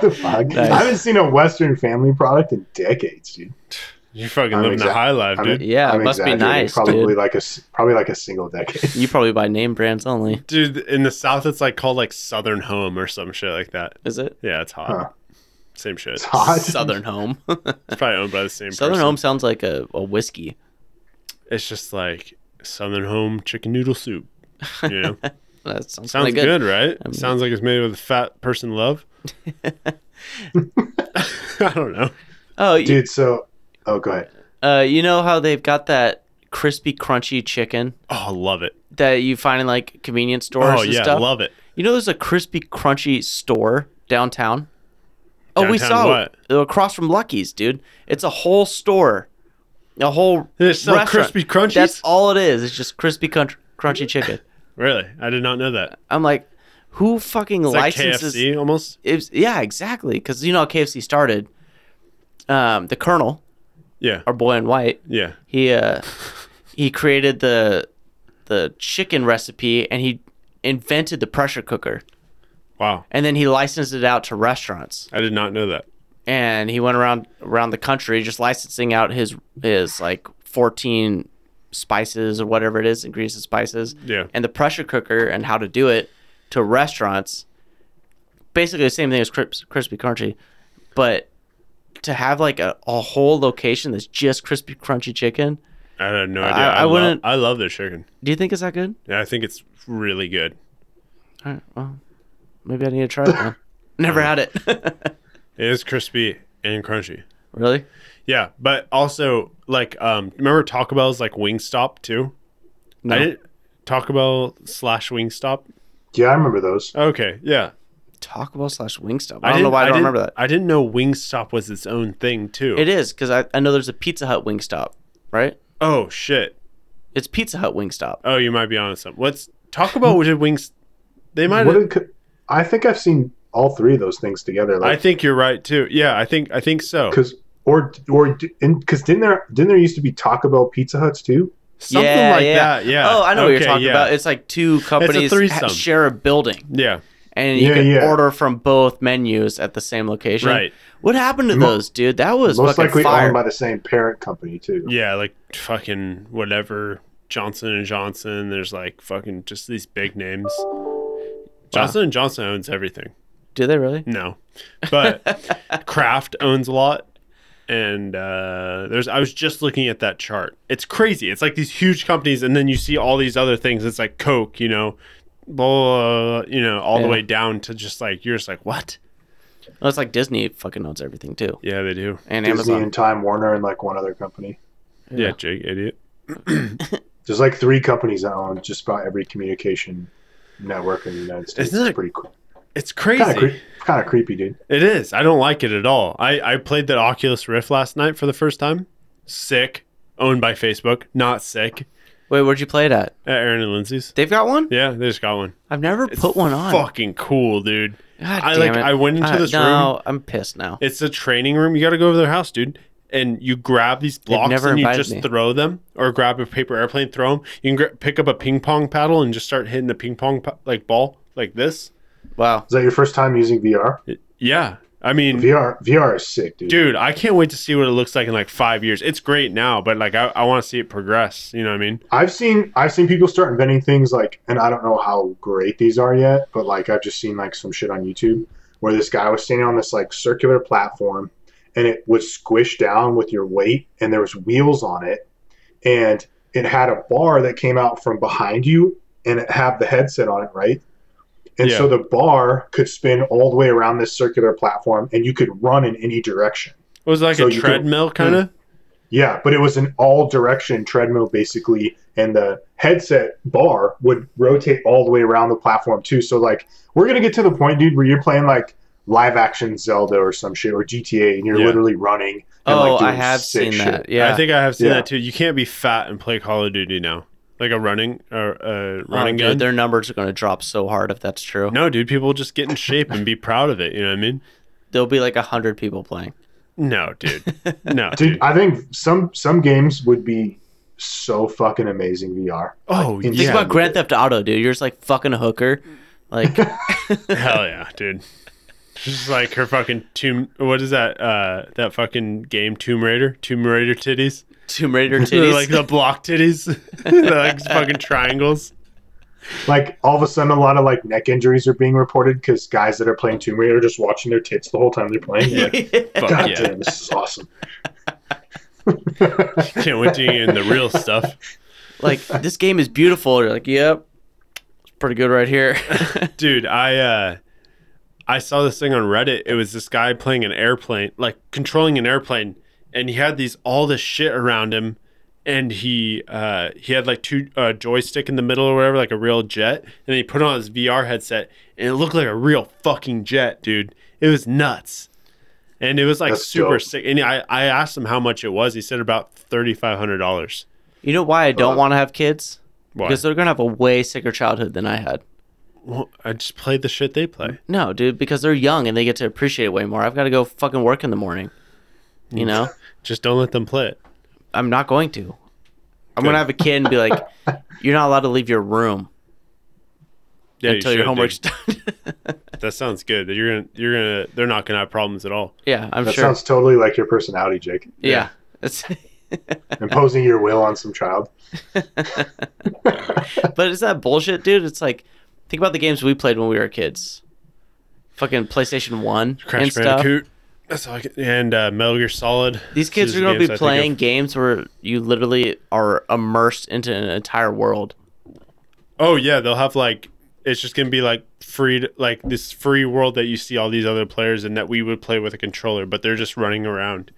Speaker 4: the fuck?
Speaker 2: Nice.
Speaker 4: I haven't seen a Western Family product in decades, dude.
Speaker 3: You're fucking
Speaker 4: I'm
Speaker 3: living the
Speaker 4: exact-
Speaker 3: high life,
Speaker 4: I'm- e-
Speaker 3: dude.
Speaker 2: Yeah, it must be
Speaker 4: exaggerating.
Speaker 2: nice,
Speaker 4: Probably
Speaker 2: dude.
Speaker 4: like a s- probably like a single decade.
Speaker 2: You probably buy name brands only.
Speaker 3: Dude, in the South, it's like called like Southern Home or some shit like that.
Speaker 2: Is it?
Speaker 3: Yeah, it's hot.
Speaker 4: Huh.
Speaker 3: Same shit.
Speaker 4: It's
Speaker 3: It's
Speaker 4: hot.
Speaker 2: Southern Home.
Speaker 3: probably owned by the same
Speaker 2: Southern
Speaker 3: person.
Speaker 2: Home sounds like a, a whiskey.
Speaker 3: It's just like Southern Home chicken noodle soup. You know,
Speaker 2: That sounds,
Speaker 3: sounds
Speaker 2: kinda good.
Speaker 3: good. right?
Speaker 2: mean-
Speaker 3: sounds like it's made with fat person love. I don't know.
Speaker 2: Oh, you,
Speaker 4: Dude, so oh, go ahead.
Speaker 2: uh, you know how they've got that crispy, crunchy chicken
Speaker 3: Oh, love it.
Speaker 2: that you find in like convenience stores
Speaker 3: Oh
Speaker 2: and
Speaker 3: yeah,
Speaker 2: stuff.
Speaker 3: love it.
Speaker 2: You know, there's a crispy, crunchy store downtown. Oh, we
Speaker 3: Downtown
Speaker 2: saw
Speaker 3: what?
Speaker 2: it across from Lucky's, dude. It's a whole store, a whole
Speaker 3: They sell
Speaker 2: restaurant.
Speaker 3: crispy crunchies?
Speaker 2: That's all it is. It's just crispy, crunch- crunchy chicken.
Speaker 3: Really, I did not know that.
Speaker 2: I'm like, who fucking
Speaker 3: It's like
Speaker 2: licenses?
Speaker 3: KFC almost.
Speaker 2: It's, yeah, exactly. Because you know how KFC started. Um, the Colonel,
Speaker 3: Yeah,
Speaker 2: our boy in white,
Speaker 3: yeah.
Speaker 2: he uh, he created the the chicken recipe and he invented the pressure cooker
Speaker 3: Wow,
Speaker 2: and then he licensed it out to restaurants
Speaker 3: I did not know that.
Speaker 2: and he went around around the country just licensing out his his like 14 spices or whatever it is ingredients and spices
Speaker 3: Yeah.
Speaker 2: and the pressure cooker and how to do it to restaurants basically the same thing as Crips, crispy crunchy but to have like a, a whole location that's just crispy crunchy chicken
Speaker 3: I had no idea.
Speaker 2: I
Speaker 3: love-
Speaker 2: wouldn't-
Speaker 3: I love their chicken.
Speaker 2: do you think is that good
Speaker 3: Yeah, I think it's really good.
Speaker 2: all right well maybe i need to try it then. never had it
Speaker 3: It is crispy and crunchy.
Speaker 2: really
Speaker 3: Yeah, but also like um remember Taco Bell's like Wingstop too?
Speaker 2: no
Speaker 3: I didn't Taco Bell slash Wingstop.
Speaker 4: Yeah, I remember those.
Speaker 3: Okay, yeah.
Speaker 2: taco bell slash wingstop i, don't know why i, don't
Speaker 3: didn't-
Speaker 2: remember that
Speaker 3: I didn't know Wingstop was its own thing too.
Speaker 2: It is because I, I know there's a Pizza Hut Wingstop, right?
Speaker 3: oh shit.
Speaker 2: It's Pizza Hut Wingstop.
Speaker 3: Oh, you might be on something. What's Taco Bell did Wings they might
Speaker 4: What
Speaker 3: have
Speaker 4: did, co- I think I've seen all three of those things together.
Speaker 3: I
Speaker 4: Like,
Speaker 3: think you're right too. Yeah, I think I think so.
Speaker 4: because or or because didn't there didn't there used to be Taco Bell Pizza Huts too?
Speaker 3: Something
Speaker 2: Yeah,
Speaker 3: like
Speaker 2: yeah.
Speaker 3: that. Yeah.
Speaker 2: Oh, I know what
Speaker 3: Okay,
Speaker 2: you're talking
Speaker 3: yeah.
Speaker 2: about. It's like two companies ha-
Speaker 3: threesome.
Speaker 2: share a building,
Speaker 3: yeah.
Speaker 2: and you
Speaker 4: Yeah,
Speaker 2: can
Speaker 4: yeah.
Speaker 2: order from both menus at the same location.
Speaker 3: Right.
Speaker 2: What happened to
Speaker 4: Mo-
Speaker 2: those, dude? That was
Speaker 4: Most
Speaker 2: fucking
Speaker 4: likely
Speaker 2: fire.
Speaker 4: owned by the same parent company too.
Speaker 3: Yeah, like fucking whatever Johnson and Johnson. There's like fucking just these big names. Johnson and Johnson owns everything.
Speaker 2: Do they really?
Speaker 3: No, but Kraft owns a lot. And uh, there's I was just looking at that chart. It's crazy. It's like these huge companies, and then you see all these other things. It's like Coke, you know, blah, blah, blah, you know, all
Speaker 2: Yeah.
Speaker 3: the way down to just like you're just like what?
Speaker 2: No, it's like Disney fucking owns everything too,
Speaker 3: Yeah, they do.
Speaker 2: and
Speaker 4: Disney
Speaker 2: Amazon.
Speaker 4: and Time Warner and like one other company.
Speaker 3: Yeah, Jake, idiot.
Speaker 4: There's like three companies that own just about every communication network in the United States.
Speaker 3: Isn't
Speaker 4: It's
Speaker 3: it
Speaker 4: pretty cool.
Speaker 3: It's crazy.
Speaker 4: Kind of cre- kind of creepy, dude.
Speaker 3: It is. I don't like it at all. I, I played the Oculus Rift last night for the first time. Sick. Owned by Facebook. Not sick.
Speaker 2: Wait, where'd you play it at?
Speaker 3: At Aaron and Lindsay's.
Speaker 2: They've got one.
Speaker 3: Yeah, they just got one.
Speaker 2: I've never put one on.
Speaker 3: Fucking cool, dude.
Speaker 2: God
Speaker 3: I,
Speaker 2: damn
Speaker 3: like,
Speaker 2: it.
Speaker 3: I went into
Speaker 2: Uh,
Speaker 3: this
Speaker 2: no,
Speaker 3: room.
Speaker 2: I'm pissed now.
Speaker 3: It's a training room. You got to go over their house, dude. And you grab these blocks
Speaker 2: never
Speaker 3: and you
Speaker 2: invited
Speaker 3: just
Speaker 2: me.
Speaker 3: throw them, or grab a paper airplane, throw them. You can gra- pick up a ping pong paddle and just start hitting the ping pong pa- like ball like this.
Speaker 2: Wow.
Speaker 4: Is that your first time using VR?
Speaker 3: Yeah, I mean,
Speaker 4: VR VR is sick, dude.
Speaker 3: dude i can't wait to see what it looks like in like five years it's great now but like i, I want to see it progress you know what i mean
Speaker 4: I've seen I've seen people start inventing things like, and I don't know how great these are yet, but like I've just seen like some shit on YouTube where this guy was standing on this like circular platform, and it was squished down with your weight, and there was wheels on it, and it had a bar that came out from behind you, and it had the headset on it, right? And so the bar could spin all the way around this circular platform, and you could run in any direction.
Speaker 3: it was like
Speaker 4: So
Speaker 3: a
Speaker 4: you could-
Speaker 2: Mm,
Speaker 3: treadmill kind of
Speaker 4: Yeah, but it was an all direction treadmill basically, and the headset bar would rotate all the way around the platform too. So like we're gonna get to the point, dude, where you're playing like live action Zelda or some shit or GTA and you're
Speaker 3: Yeah.
Speaker 4: literally running and
Speaker 2: oh,
Speaker 4: like doing
Speaker 2: I have seen
Speaker 4: sick shit.
Speaker 2: that. Yeah.
Speaker 3: i think i have seen
Speaker 4: Yeah.
Speaker 3: that too you can't be fat and play call of duty now like a running or a running
Speaker 2: Oh, dude,
Speaker 3: gun
Speaker 2: Their numbers are going to drop so hard if that's true.
Speaker 3: no dude people just get in shape and be proud of it you know what i mean
Speaker 2: There'll be like a hundred people playing.
Speaker 3: no dude no
Speaker 4: Dude,
Speaker 3: dude
Speaker 4: I think some some games would be so fucking amazing VR.
Speaker 3: oh
Speaker 4: Like,
Speaker 2: Think
Speaker 3: yeah
Speaker 2: about Grand Theft Auto, dude. You're just like fucking a hooker. Like,
Speaker 3: hell yeah dude just like her fucking tomb what is that uh that fucking game tomb raider tomb raider titties
Speaker 2: Tomb Raider
Speaker 3: They're
Speaker 2: titties.
Speaker 3: like "Oh, the block titties They're like fucking triangles
Speaker 4: Like all of a sudden, a lot of like neck injuries are being reported because guys that are playing Tomb Raider are just watching their tits the whole time they're playing. You're like,
Speaker 3: Fuck
Speaker 4: God
Speaker 3: yeah.
Speaker 4: damn, this is awesome.
Speaker 3: Can't wait to get in the real stuff.
Speaker 2: like, this game is beautiful. You're like, yep, it's pretty good right here.
Speaker 3: Dude, I uh I saw this thing on Reddit. It was this guy playing an airplane, like controlling an airplane, and he had these all this shit around him and he uh, he had like two uh, joystick in the middle or whatever, like a real jet. And he put on his VR headset, and it looked like a real fucking jet, dude. It was nuts, and it was like
Speaker 4: That's
Speaker 3: super
Speaker 4: dope.
Speaker 3: sick. And I I asked him how much it was. He said about thirty five hundred dollars.
Speaker 2: You know why I don't want to have kids?
Speaker 3: Uh, Why?
Speaker 2: Because uh, they're gonna have a way sicker childhood than I had.
Speaker 3: Well, I just played the shit they play.
Speaker 2: No, dude, because they're young and they get to appreciate it way more. I've got to go fucking work in the morning. You
Speaker 3: Mm.
Speaker 2: know,
Speaker 3: Just don't let them play it.
Speaker 2: I'm not going to. I'm gonna have a kid and be like, "You're not allowed to leave your room
Speaker 3: Yeah, you
Speaker 2: until your
Speaker 3: should, dude.
Speaker 2: homework's done."
Speaker 3: That sounds good. You're gonna you're gonna they're not gonna have problems at all.
Speaker 2: yeah, I'm
Speaker 4: That
Speaker 2: sure.
Speaker 4: sounds totally like your personality, Jake.
Speaker 2: yeah, it's,
Speaker 4: Imposing your will on some child.
Speaker 2: but is that bullshit, dude? It's like, think about the games we played when we were kids. Fucking PlayStation One
Speaker 3: Crash
Speaker 2: and stuff.
Speaker 3: Bandicoot. That's all I can, and uh, Metal Gear Solid.
Speaker 2: These kids
Speaker 3: These
Speaker 2: are going
Speaker 3: games
Speaker 2: to
Speaker 3: I
Speaker 2: be
Speaker 3: think
Speaker 2: playing
Speaker 3: of-
Speaker 2: games where you literally are immersed into an entire world.
Speaker 3: Oh yeah, they'll have like it's just gonna be like free like this free world that you see all these other players and that we would play with a controller, but they're just running around.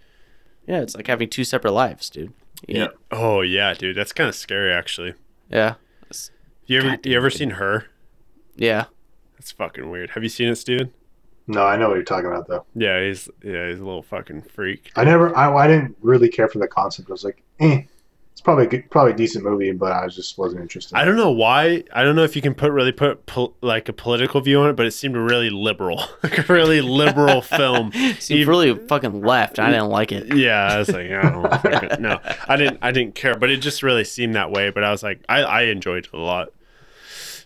Speaker 2: Yeah, it's like having two separate lives, dude. You-
Speaker 3: Oh yeah, dude, that's kind of scary actually.
Speaker 2: Yeah.
Speaker 3: You ever you ever seen her?
Speaker 2: Yeah.
Speaker 3: That's fucking weird. Have you seen it, Steven?
Speaker 4: No, I know what you're talking about though.
Speaker 3: Yeah, he's yeah he's a little fucking freak.
Speaker 4: I never, I, I didn't really care for the concept. I was like, eh, it's probably a good, probably a decent movie, but I just wasn't interested.
Speaker 3: I don't know why. I don't know if you can put really put pol- like a political view on it, but it seemed really liberal, like a really liberal film.
Speaker 2: So you've
Speaker 3: Even-
Speaker 2: really fucking left. I didn't like it.
Speaker 3: Yeah, I was like, I don't fucking- no, I didn't. I didn't care, but it just really seemed that way. But I was like, I, I enjoyed it a lot.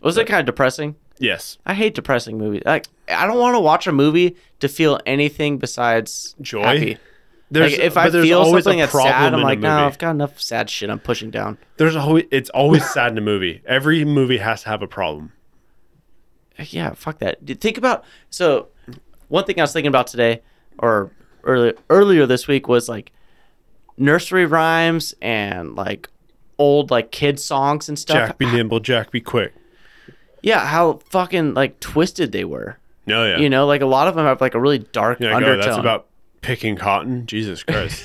Speaker 2: Was it kind of depressing?
Speaker 3: Yes,
Speaker 2: I hate depressing movies. Like I don't want to watch a movie to feel anything besides
Speaker 3: Joy?
Speaker 2: happy.
Speaker 3: there's
Speaker 2: like if
Speaker 3: but
Speaker 2: I
Speaker 3: there's
Speaker 2: feel
Speaker 3: always
Speaker 2: something
Speaker 3: a
Speaker 2: that's
Speaker 3: problem
Speaker 2: sad,
Speaker 3: in
Speaker 2: I'm
Speaker 3: a
Speaker 2: like, no,
Speaker 3: movie.
Speaker 2: I've got enough sad shit. I'm pushing down.
Speaker 3: there's always it's always sad in a movie. Every movie has to have a problem.
Speaker 2: yeah, fuck that. Dude, Think about so one thing I was thinking about today or earlier earlier this week was like nursery rhymes and like old like kid songs and stuff.
Speaker 3: Jack, be nimble. Jack, be quick.
Speaker 2: Yeah, how fucking like twisted they were.
Speaker 3: No, yeah,
Speaker 2: You know, like a lot of them have like a really dark
Speaker 3: yeah. I go,
Speaker 2: undertone.
Speaker 3: that's about picking cotton. Jesus Christ.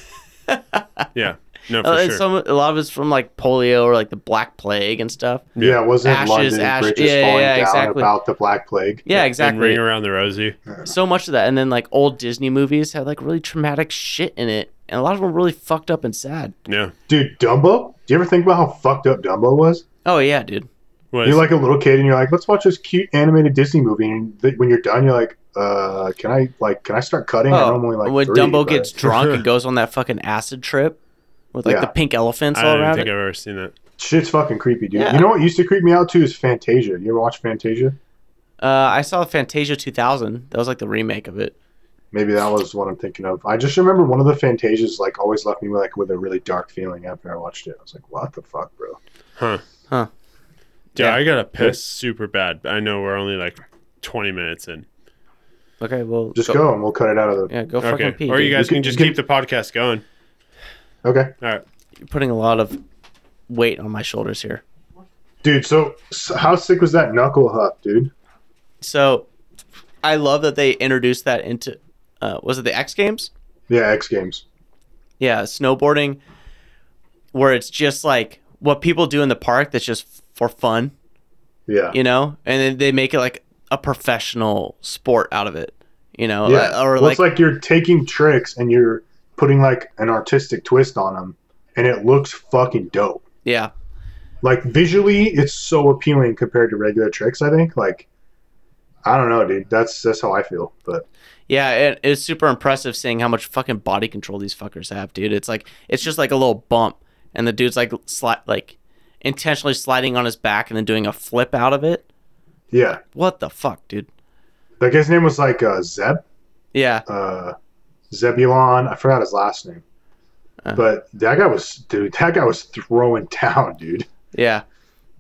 Speaker 3: yeah, no, for
Speaker 2: Uh, and
Speaker 3: sure.
Speaker 2: some a lot of it's from like polio or like the black plague and stuff.
Speaker 4: yeah, it wasn't
Speaker 2: Ashes,
Speaker 4: London
Speaker 2: ash-
Speaker 4: bridges
Speaker 2: yeah,
Speaker 4: falling
Speaker 2: yeah,
Speaker 4: down
Speaker 2: exactly.
Speaker 4: about the Black Plague?
Speaker 2: Yeah,
Speaker 3: And ring
Speaker 2: exactly.
Speaker 3: around the rosy.
Speaker 2: So much of that, and then like old Disney movies had like really traumatic shit in it, and a lot of them were really fucked up and sad.
Speaker 3: Yeah.
Speaker 4: Dude, Dumbo. Do you ever think about how fucked up Dumbo was?
Speaker 2: Oh yeah, dude.
Speaker 3: What
Speaker 4: You're
Speaker 3: is-
Speaker 4: like a little kid, and you're like, let's watch this cute animated Disney movie. And th- when you're done, you're like, uh, can I like, can I start cutting?
Speaker 2: Oh,
Speaker 4: I'm only like
Speaker 2: when
Speaker 4: three,
Speaker 2: Dumbo
Speaker 4: but-
Speaker 2: gets drunk and goes on that fucking acid trip with like
Speaker 4: Yeah.
Speaker 2: the pink elephants
Speaker 3: I
Speaker 2: all
Speaker 3: don't even
Speaker 2: around
Speaker 3: think
Speaker 2: it.
Speaker 3: I've ever seen that.
Speaker 4: shit's fucking creepy, dude.
Speaker 2: Yeah.
Speaker 4: You know what used to creep me out too is Fantasia. You ever watch Fantasia?
Speaker 2: Uh, I saw Fantasia 2000. That was like the remake of it.
Speaker 4: Maybe that was what I'm thinking of. I just remember one of the Fantasias like always left me like with a really dark feeling after I watched it. I was like, what the fuck, bro?
Speaker 3: Dude,
Speaker 2: Yeah.
Speaker 3: I gotta piss super bad. I know we're only like twenty minutes in.
Speaker 2: Okay, well
Speaker 4: Just go, and we'll cut it out of the.
Speaker 2: Yeah, go
Speaker 3: Okay.
Speaker 2: fucking pee.
Speaker 3: Or you
Speaker 2: dude.
Speaker 3: guys
Speaker 4: You
Speaker 3: can
Speaker 4: can-
Speaker 3: just
Speaker 4: you
Speaker 3: keep the podcast going.
Speaker 4: Okay,
Speaker 3: All right.
Speaker 2: You're putting a lot of weight on my shoulders here.
Speaker 4: dude. So, so how sick was that knuckle huff, dude?
Speaker 2: So, I love that they introduced that into. Uh, was it the X Games?
Speaker 4: Yeah, X Games.
Speaker 2: Yeah, snowboarding, where it's just like what people do in the park. That's just for fun.
Speaker 4: Yeah,
Speaker 2: you know, and then they make it like a professional sport out of it, you know,
Speaker 4: yeah.
Speaker 2: uh, or
Speaker 4: well,
Speaker 2: like,
Speaker 4: it's like you're taking tricks and you're putting like an artistic twist on them, and it looks fucking dope.
Speaker 2: yeah,
Speaker 4: Like visually, it's so appealing compared to regular tricks. I think. Like, I don't know, dude. That's that's how I feel. But
Speaker 2: yeah, it, it's super impressive seeing how much fucking body control these fuckers have, dude. It's like it's just like a little bump, and the dude's like sli- like intentionally sliding on his back and then doing a flip out of it.
Speaker 4: yeah,
Speaker 2: What the fuck, dude?
Speaker 4: that guy's name was like uh, Zeb.
Speaker 2: Yeah,
Speaker 4: uh, Zebulon. I forgot his last name,
Speaker 2: Uh.
Speaker 4: but that guy was dude. That guy was throwing down, dude.
Speaker 2: yeah,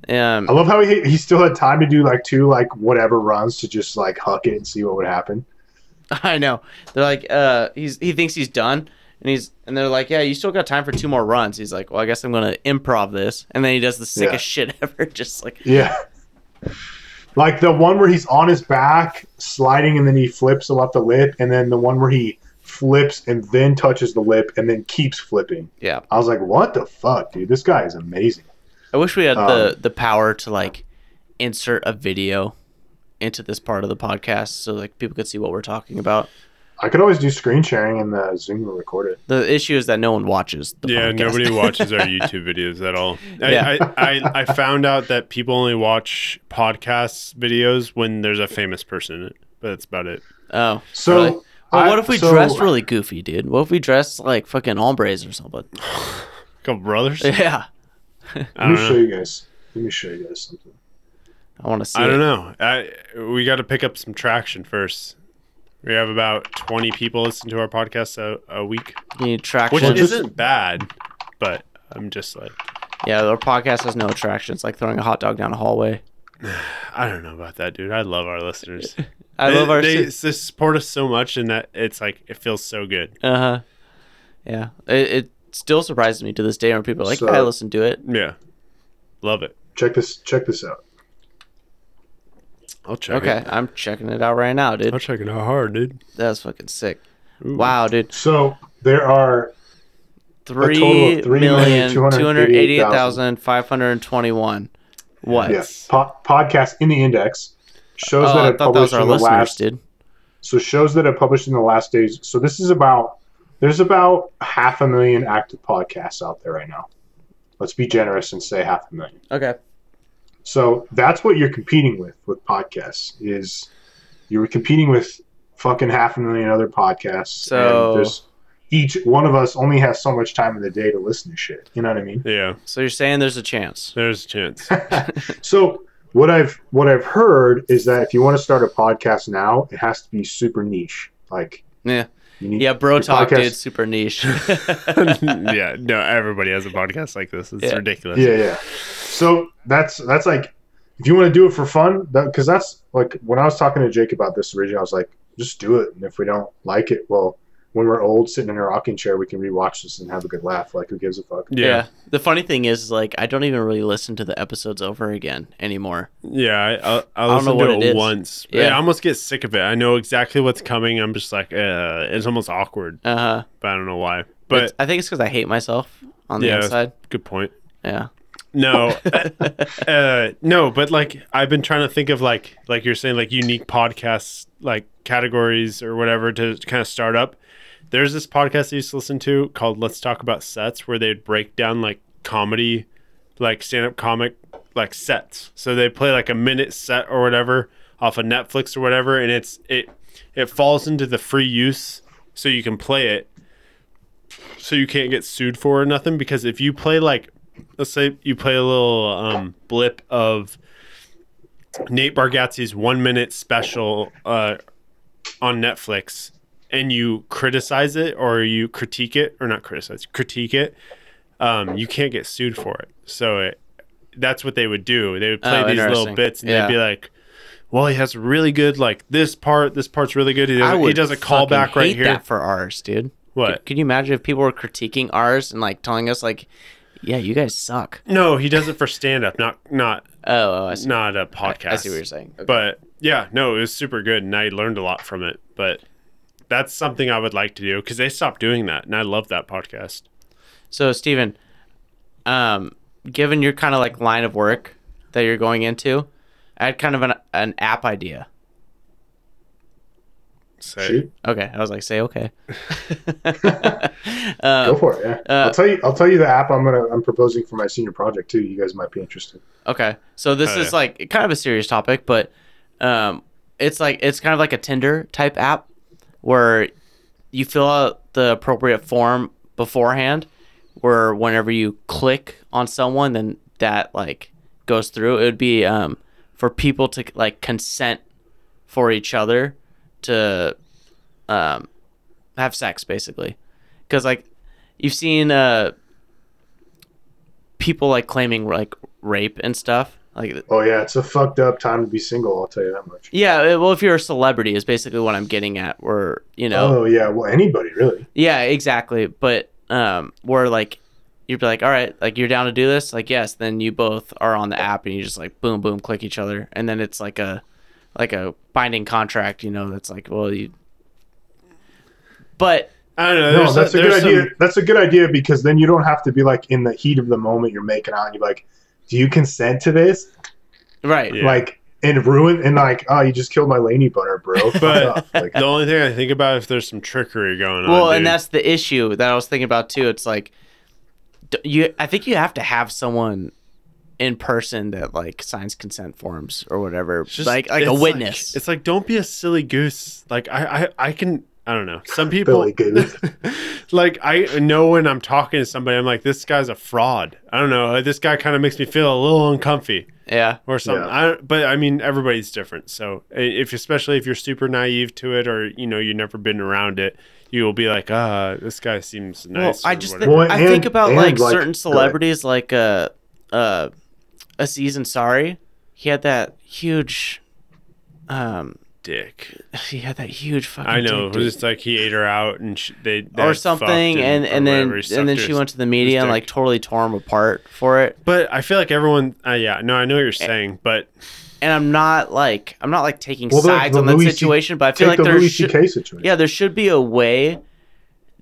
Speaker 2: um,
Speaker 4: I love how he he still had time to do like two like whatever runs to just like huck it and see what would happen.
Speaker 2: I know. They're like, uh, he's he thinks he's done. And he's and they're like, yeah, you still got time for two more runs. He's like, well, I guess I'm gonna improv this, and then he does the sickest shit ever, just like
Speaker 4: Yeah. Like the one where he's on his back sliding and then he flips him off the lip, and then the one where he flips and then touches the lip and then keeps flipping.
Speaker 2: Yeah.
Speaker 4: I was like, what the fuck, dude? This guy is amazing.
Speaker 2: I wish we had the
Speaker 4: Um,
Speaker 2: the power to like insert a video into this part of the podcast so like people could see what we're talking about.
Speaker 4: I could always do screen sharing and the Zoom will record it.
Speaker 2: The issue is that no one watches. The
Speaker 3: Yeah,
Speaker 2: podcast.
Speaker 3: nobody watches our YouTube videos at all. I,
Speaker 2: Yeah.
Speaker 3: I, I, I found out that people only watch podcasts videos when there's a famous person in it, but that's about it.
Speaker 2: Oh,
Speaker 4: So,
Speaker 2: really? Well,
Speaker 4: I-
Speaker 2: what if we
Speaker 4: so-
Speaker 2: dressed really goofy, dude? What if we dressed like fucking hombres or something?
Speaker 3: Couple brothers?
Speaker 2: Yeah,
Speaker 3: I
Speaker 4: Let me
Speaker 3: don't
Speaker 4: show
Speaker 3: know.
Speaker 4: you guys. Let me show you guys something.
Speaker 2: I want to see.
Speaker 3: I don't
Speaker 2: it.
Speaker 3: know. I, we got to pick up some traction first. We have about 20 people listen to our podcast a, a week,
Speaker 2: You need
Speaker 3: which
Speaker 2: traction.
Speaker 3: isn't bad, but I'm just like,
Speaker 2: yeah, our podcast has no attraction. It's like throwing a hot dog down a hallway.
Speaker 3: I don't know about that, dude. I love our listeners.
Speaker 2: I love our.
Speaker 3: They,
Speaker 2: Uh
Speaker 3: they support us so much, and that it's like it feels so good.
Speaker 2: huh. uh-huh. Yeah, it, it still surprises me to this day when people are like,
Speaker 4: So-
Speaker 2: "I listen to it."
Speaker 3: Yeah, love it.
Speaker 4: Check this. Check this out.
Speaker 3: I'll check.
Speaker 2: Okay, I'm checking it out right now, dude.
Speaker 3: I'll check it out hard, dude.
Speaker 2: That's fucking sick. Wow, dude.
Speaker 4: So there are
Speaker 2: Three million two hundred eighty-eight thousand
Speaker 4: 3,288,521.
Speaker 2: five hundred twenty-one. What?
Speaker 4: yes po- podcasts in the index
Speaker 2: Oh,
Speaker 4: shows that
Speaker 2: I
Speaker 4: have
Speaker 2: thought that was
Speaker 4: published
Speaker 2: our
Speaker 4: in the
Speaker 2: listeners,
Speaker 4: last
Speaker 2: dude.
Speaker 4: so shows that have published in the last days. So this is about there's about half a million active podcasts out there right now. Let's be generous and say half a million.
Speaker 2: Okay.
Speaker 4: So that's what you're competing with with podcasts is you were competing with fucking half a million other podcasts.
Speaker 2: So-
Speaker 4: there's each one of us only has so much time in the day to listen to shit. You know what I mean?
Speaker 3: Yeah,
Speaker 2: So you're saying there's a chance?
Speaker 3: there's a chance.
Speaker 4: So what I've what I've heard is that if you want to start a podcast now, it has to be super niche. Like
Speaker 2: Yeah.
Speaker 4: you need
Speaker 2: Yeah, bro
Speaker 4: your
Speaker 2: talk,
Speaker 4: podcast-
Speaker 2: dude. Super niche.
Speaker 3: yeah, no, everybody has a podcast like this. It's
Speaker 2: Yeah.
Speaker 3: ridiculous.
Speaker 4: yeah yeah so that's that's like if you want to do it for fun because that's like when i was talking to jake about this originally i was like just do it and if we don't like it well when we're old sitting in a rocking chair we can rewatch this and have a good laugh like who gives a fuck
Speaker 2: yeah.
Speaker 3: yeah,
Speaker 2: The funny thing is, is, like, I don't even really listen to the episodes over again anymore.
Speaker 3: yeah. I, I, I
Speaker 2: don't
Speaker 3: listened
Speaker 2: know
Speaker 3: to
Speaker 2: what
Speaker 3: it,
Speaker 2: it is.
Speaker 3: once.
Speaker 2: Yeah.
Speaker 3: Yeah. I almost get sick of it. I know exactly what's coming. I'm just like, uh, it's almost awkward,
Speaker 2: Uh huh.
Speaker 3: but I don't know why. But
Speaker 2: I think it's because I hate myself on the
Speaker 3: Yeah.
Speaker 2: inside.
Speaker 3: good point.
Speaker 2: Yeah.
Speaker 3: No, uh, no, but like I've been trying to think of like like you're saying like unique podcasts like categories or whatever to kind of start up. There's this podcast I used to listen to called "Let's Talk About Sets," where they'd break down like comedy, like stand-up comic like sets. So they play like a minute set or whatever off of Netflix or whatever, and it's it it falls into the free use, so you can play it, so you can't get sued for or nothing. Because if you play like let's say you play a little um, blip of Nate Bargatze's one minute special uh, on Netflix and you criticize it or you critique it or not criticize critique it um, you can't get sued for it so it, that's what they would do they would play
Speaker 2: Oh,
Speaker 3: these little
Speaker 2: interesting.
Speaker 3: bits and
Speaker 2: Yeah.
Speaker 3: they'd be like well he has really good like this part this part's really good he
Speaker 2: I
Speaker 3: does, he
Speaker 2: would
Speaker 3: does a callback
Speaker 2: fucking
Speaker 3: right
Speaker 2: hate
Speaker 3: here
Speaker 2: that for ours, dude.
Speaker 3: What?
Speaker 2: Could, could you imagine if people were critiquing ours and, like, telling us, like, yeah, you guys suck?
Speaker 3: no he does it for stand up not not
Speaker 2: Oh, oh I see.
Speaker 3: not a podcast
Speaker 2: I see what you're saying. Okay.
Speaker 3: but yeah, no, it was super good, and I learned a lot from it. But that's something I would like to do because they stopped doing that, and I love that podcast.
Speaker 2: So, Steven, um, given your kind of like line of work that you're going into, I had kind of an, an app idea.
Speaker 3: So
Speaker 4: Shoot,
Speaker 2: Okay. I was like, say, okay. Um,
Speaker 4: go for it. Yeah, I'll tell you. I'll tell you the app I'm gonna I'm proposing for my senior project too. You guys might be interested.
Speaker 2: Okay. So, this
Speaker 3: Oh,
Speaker 2: is
Speaker 3: yeah.
Speaker 2: like kind of a serious topic, but um, it's like, it's kind of like a Tinder type app where you fill out the appropriate form beforehand, where whenever you click on someone, then that like goes through. It would be um, for people to like consent for each other to um, have sex basically because like you've seen uh, people like claiming like rape and stuff like
Speaker 4: Oh yeah, it's a fucked up time to be single. I'll tell you that much.
Speaker 2: yeah it- well if you're a celebrity is basically what i'm getting at where you know
Speaker 4: Oh yeah, well anybody really.
Speaker 2: yeah exactly but um where like you'd be like all right like you're down to do this like yes then you both are on the app and you just like boom boom click each other and then it's like a like a binding contract you know that's like well you But
Speaker 3: I don't know.
Speaker 4: No,
Speaker 3: There's
Speaker 4: that's a,
Speaker 3: there's
Speaker 4: good
Speaker 3: some-
Speaker 4: idea. That's a good idea because then you don't have to be like in the heat of the moment you're making out. And you're like, do you consent to this?
Speaker 2: right,
Speaker 3: Yeah.
Speaker 4: Like, and ruin and like, oh, you just killed my laney butter, bro. Fuck
Speaker 3: But-
Speaker 4: up. like,
Speaker 3: The only thing I think about if there's some trickery going on.
Speaker 2: well, and
Speaker 3: dude.
Speaker 2: that's the issue that I was thinking about too. It's like d- you, I think you have to have someone in person that like signs consent forms or whatever,
Speaker 3: It's just-
Speaker 2: like like a
Speaker 3: it's
Speaker 2: witness.
Speaker 3: it's like don't be a silly goose. Like I I, I can I don't know. Some people
Speaker 4: Billy Goose.
Speaker 3: like I know when I'm talking to somebody, I'm like, this guy's a fraud. I don't know. uh, This guy kind of makes me feel a little uncomfy
Speaker 2: yeah,
Speaker 3: or something.
Speaker 4: Yeah.
Speaker 3: I don't, but I mean, everybody's different. So i- if especially if you're super naive to it or you know you've never been around it, you will be like, ah, this guy seems nice.
Speaker 2: Well, I
Speaker 3: or
Speaker 2: just
Speaker 3: whatever.
Speaker 2: think,
Speaker 4: Well,
Speaker 2: I think
Speaker 4: and-
Speaker 2: about
Speaker 4: and,
Speaker 2: like,
Speaker 4: like,
Speaker 2: certain celebrities, like uh, uh, a season sorry. He had that huge, um,
Speaker 3: dick.
Speaker 2: he had that huge fucking.
Speaker 3: I know.
Speaker 2: dick,
Speaker 3: It was
Speaker 2: dude.
Speaker 3: just like he ate her out and she, they, they
Speaker 2: or
Speaker 3: fucked
Speaker 2: something, and
Speaker 3: or
Speaker 2: and then
Speaker 3: whatever, he
Speaker 2: and then
Speaker 3: sucked
Speaker 2: she
Speaker 3: her-
Speaker 2: went to the media and
Speaker 3: dick.
Speaker 2: like totally tore him apart for it.
Speaker 3: But I feel like everyone. Uh, yeah, no, I know what
Speaker 2: Eh.
Speaker 3: you're saying, but
Speaker 2: And I'm not like I'm not like taking
Speaker 4: Well, the-
Speaker 2: sides
Speaker 4: the
Speaker 2: on that
Speaker 4: Louis C-
Speaker 2: situation, but I feel
Speaker 4: Take
Speaker 2: like
Speaker 4: the
Speaker 2: there
Speaker 4: Louis
Speaker 2: should
Speaker 4: C.K. situation.
Speaker 2: yeah there should be a way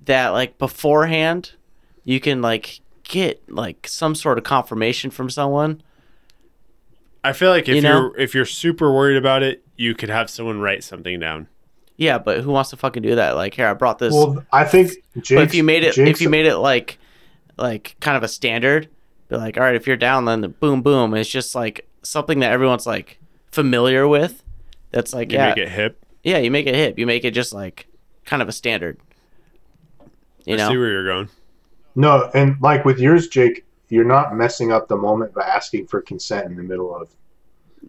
Speaker 2: that like beforehand you can like get like some sort of confirmation from someone
Speaker 3: I feel like if
Speaker 2: You
Speaker 3: you
Speaker 2: know?
Speaker 3: are if you're super worried about it, you could have someone write something down.
Speaker 2: Yeah, but who wants to fucking do that? Like, here, I brought this.
Speaker 4: Well, I think Jake's,
Speaker 2: but if you made it, if
Speaker 4: Jake's-
Speaker 2: you made it like, like kind of a standard, be like, all right, if you're down, then the boom, boom. It's just like something that everyone's like familiar with. That's like,
Speaker 3: You
Speaker 2: yeah,
Speaker 3: make it hip.
Speaker 2: yeah, you make it hip. You make it just like kind of a standard. You
Speaker 3: I see
Speaker 2: know,
Speaker 3: where you're going.
Speaker 4: no, and like with yours, Jake, you're not messing up the moment by asking for consent in the middle of.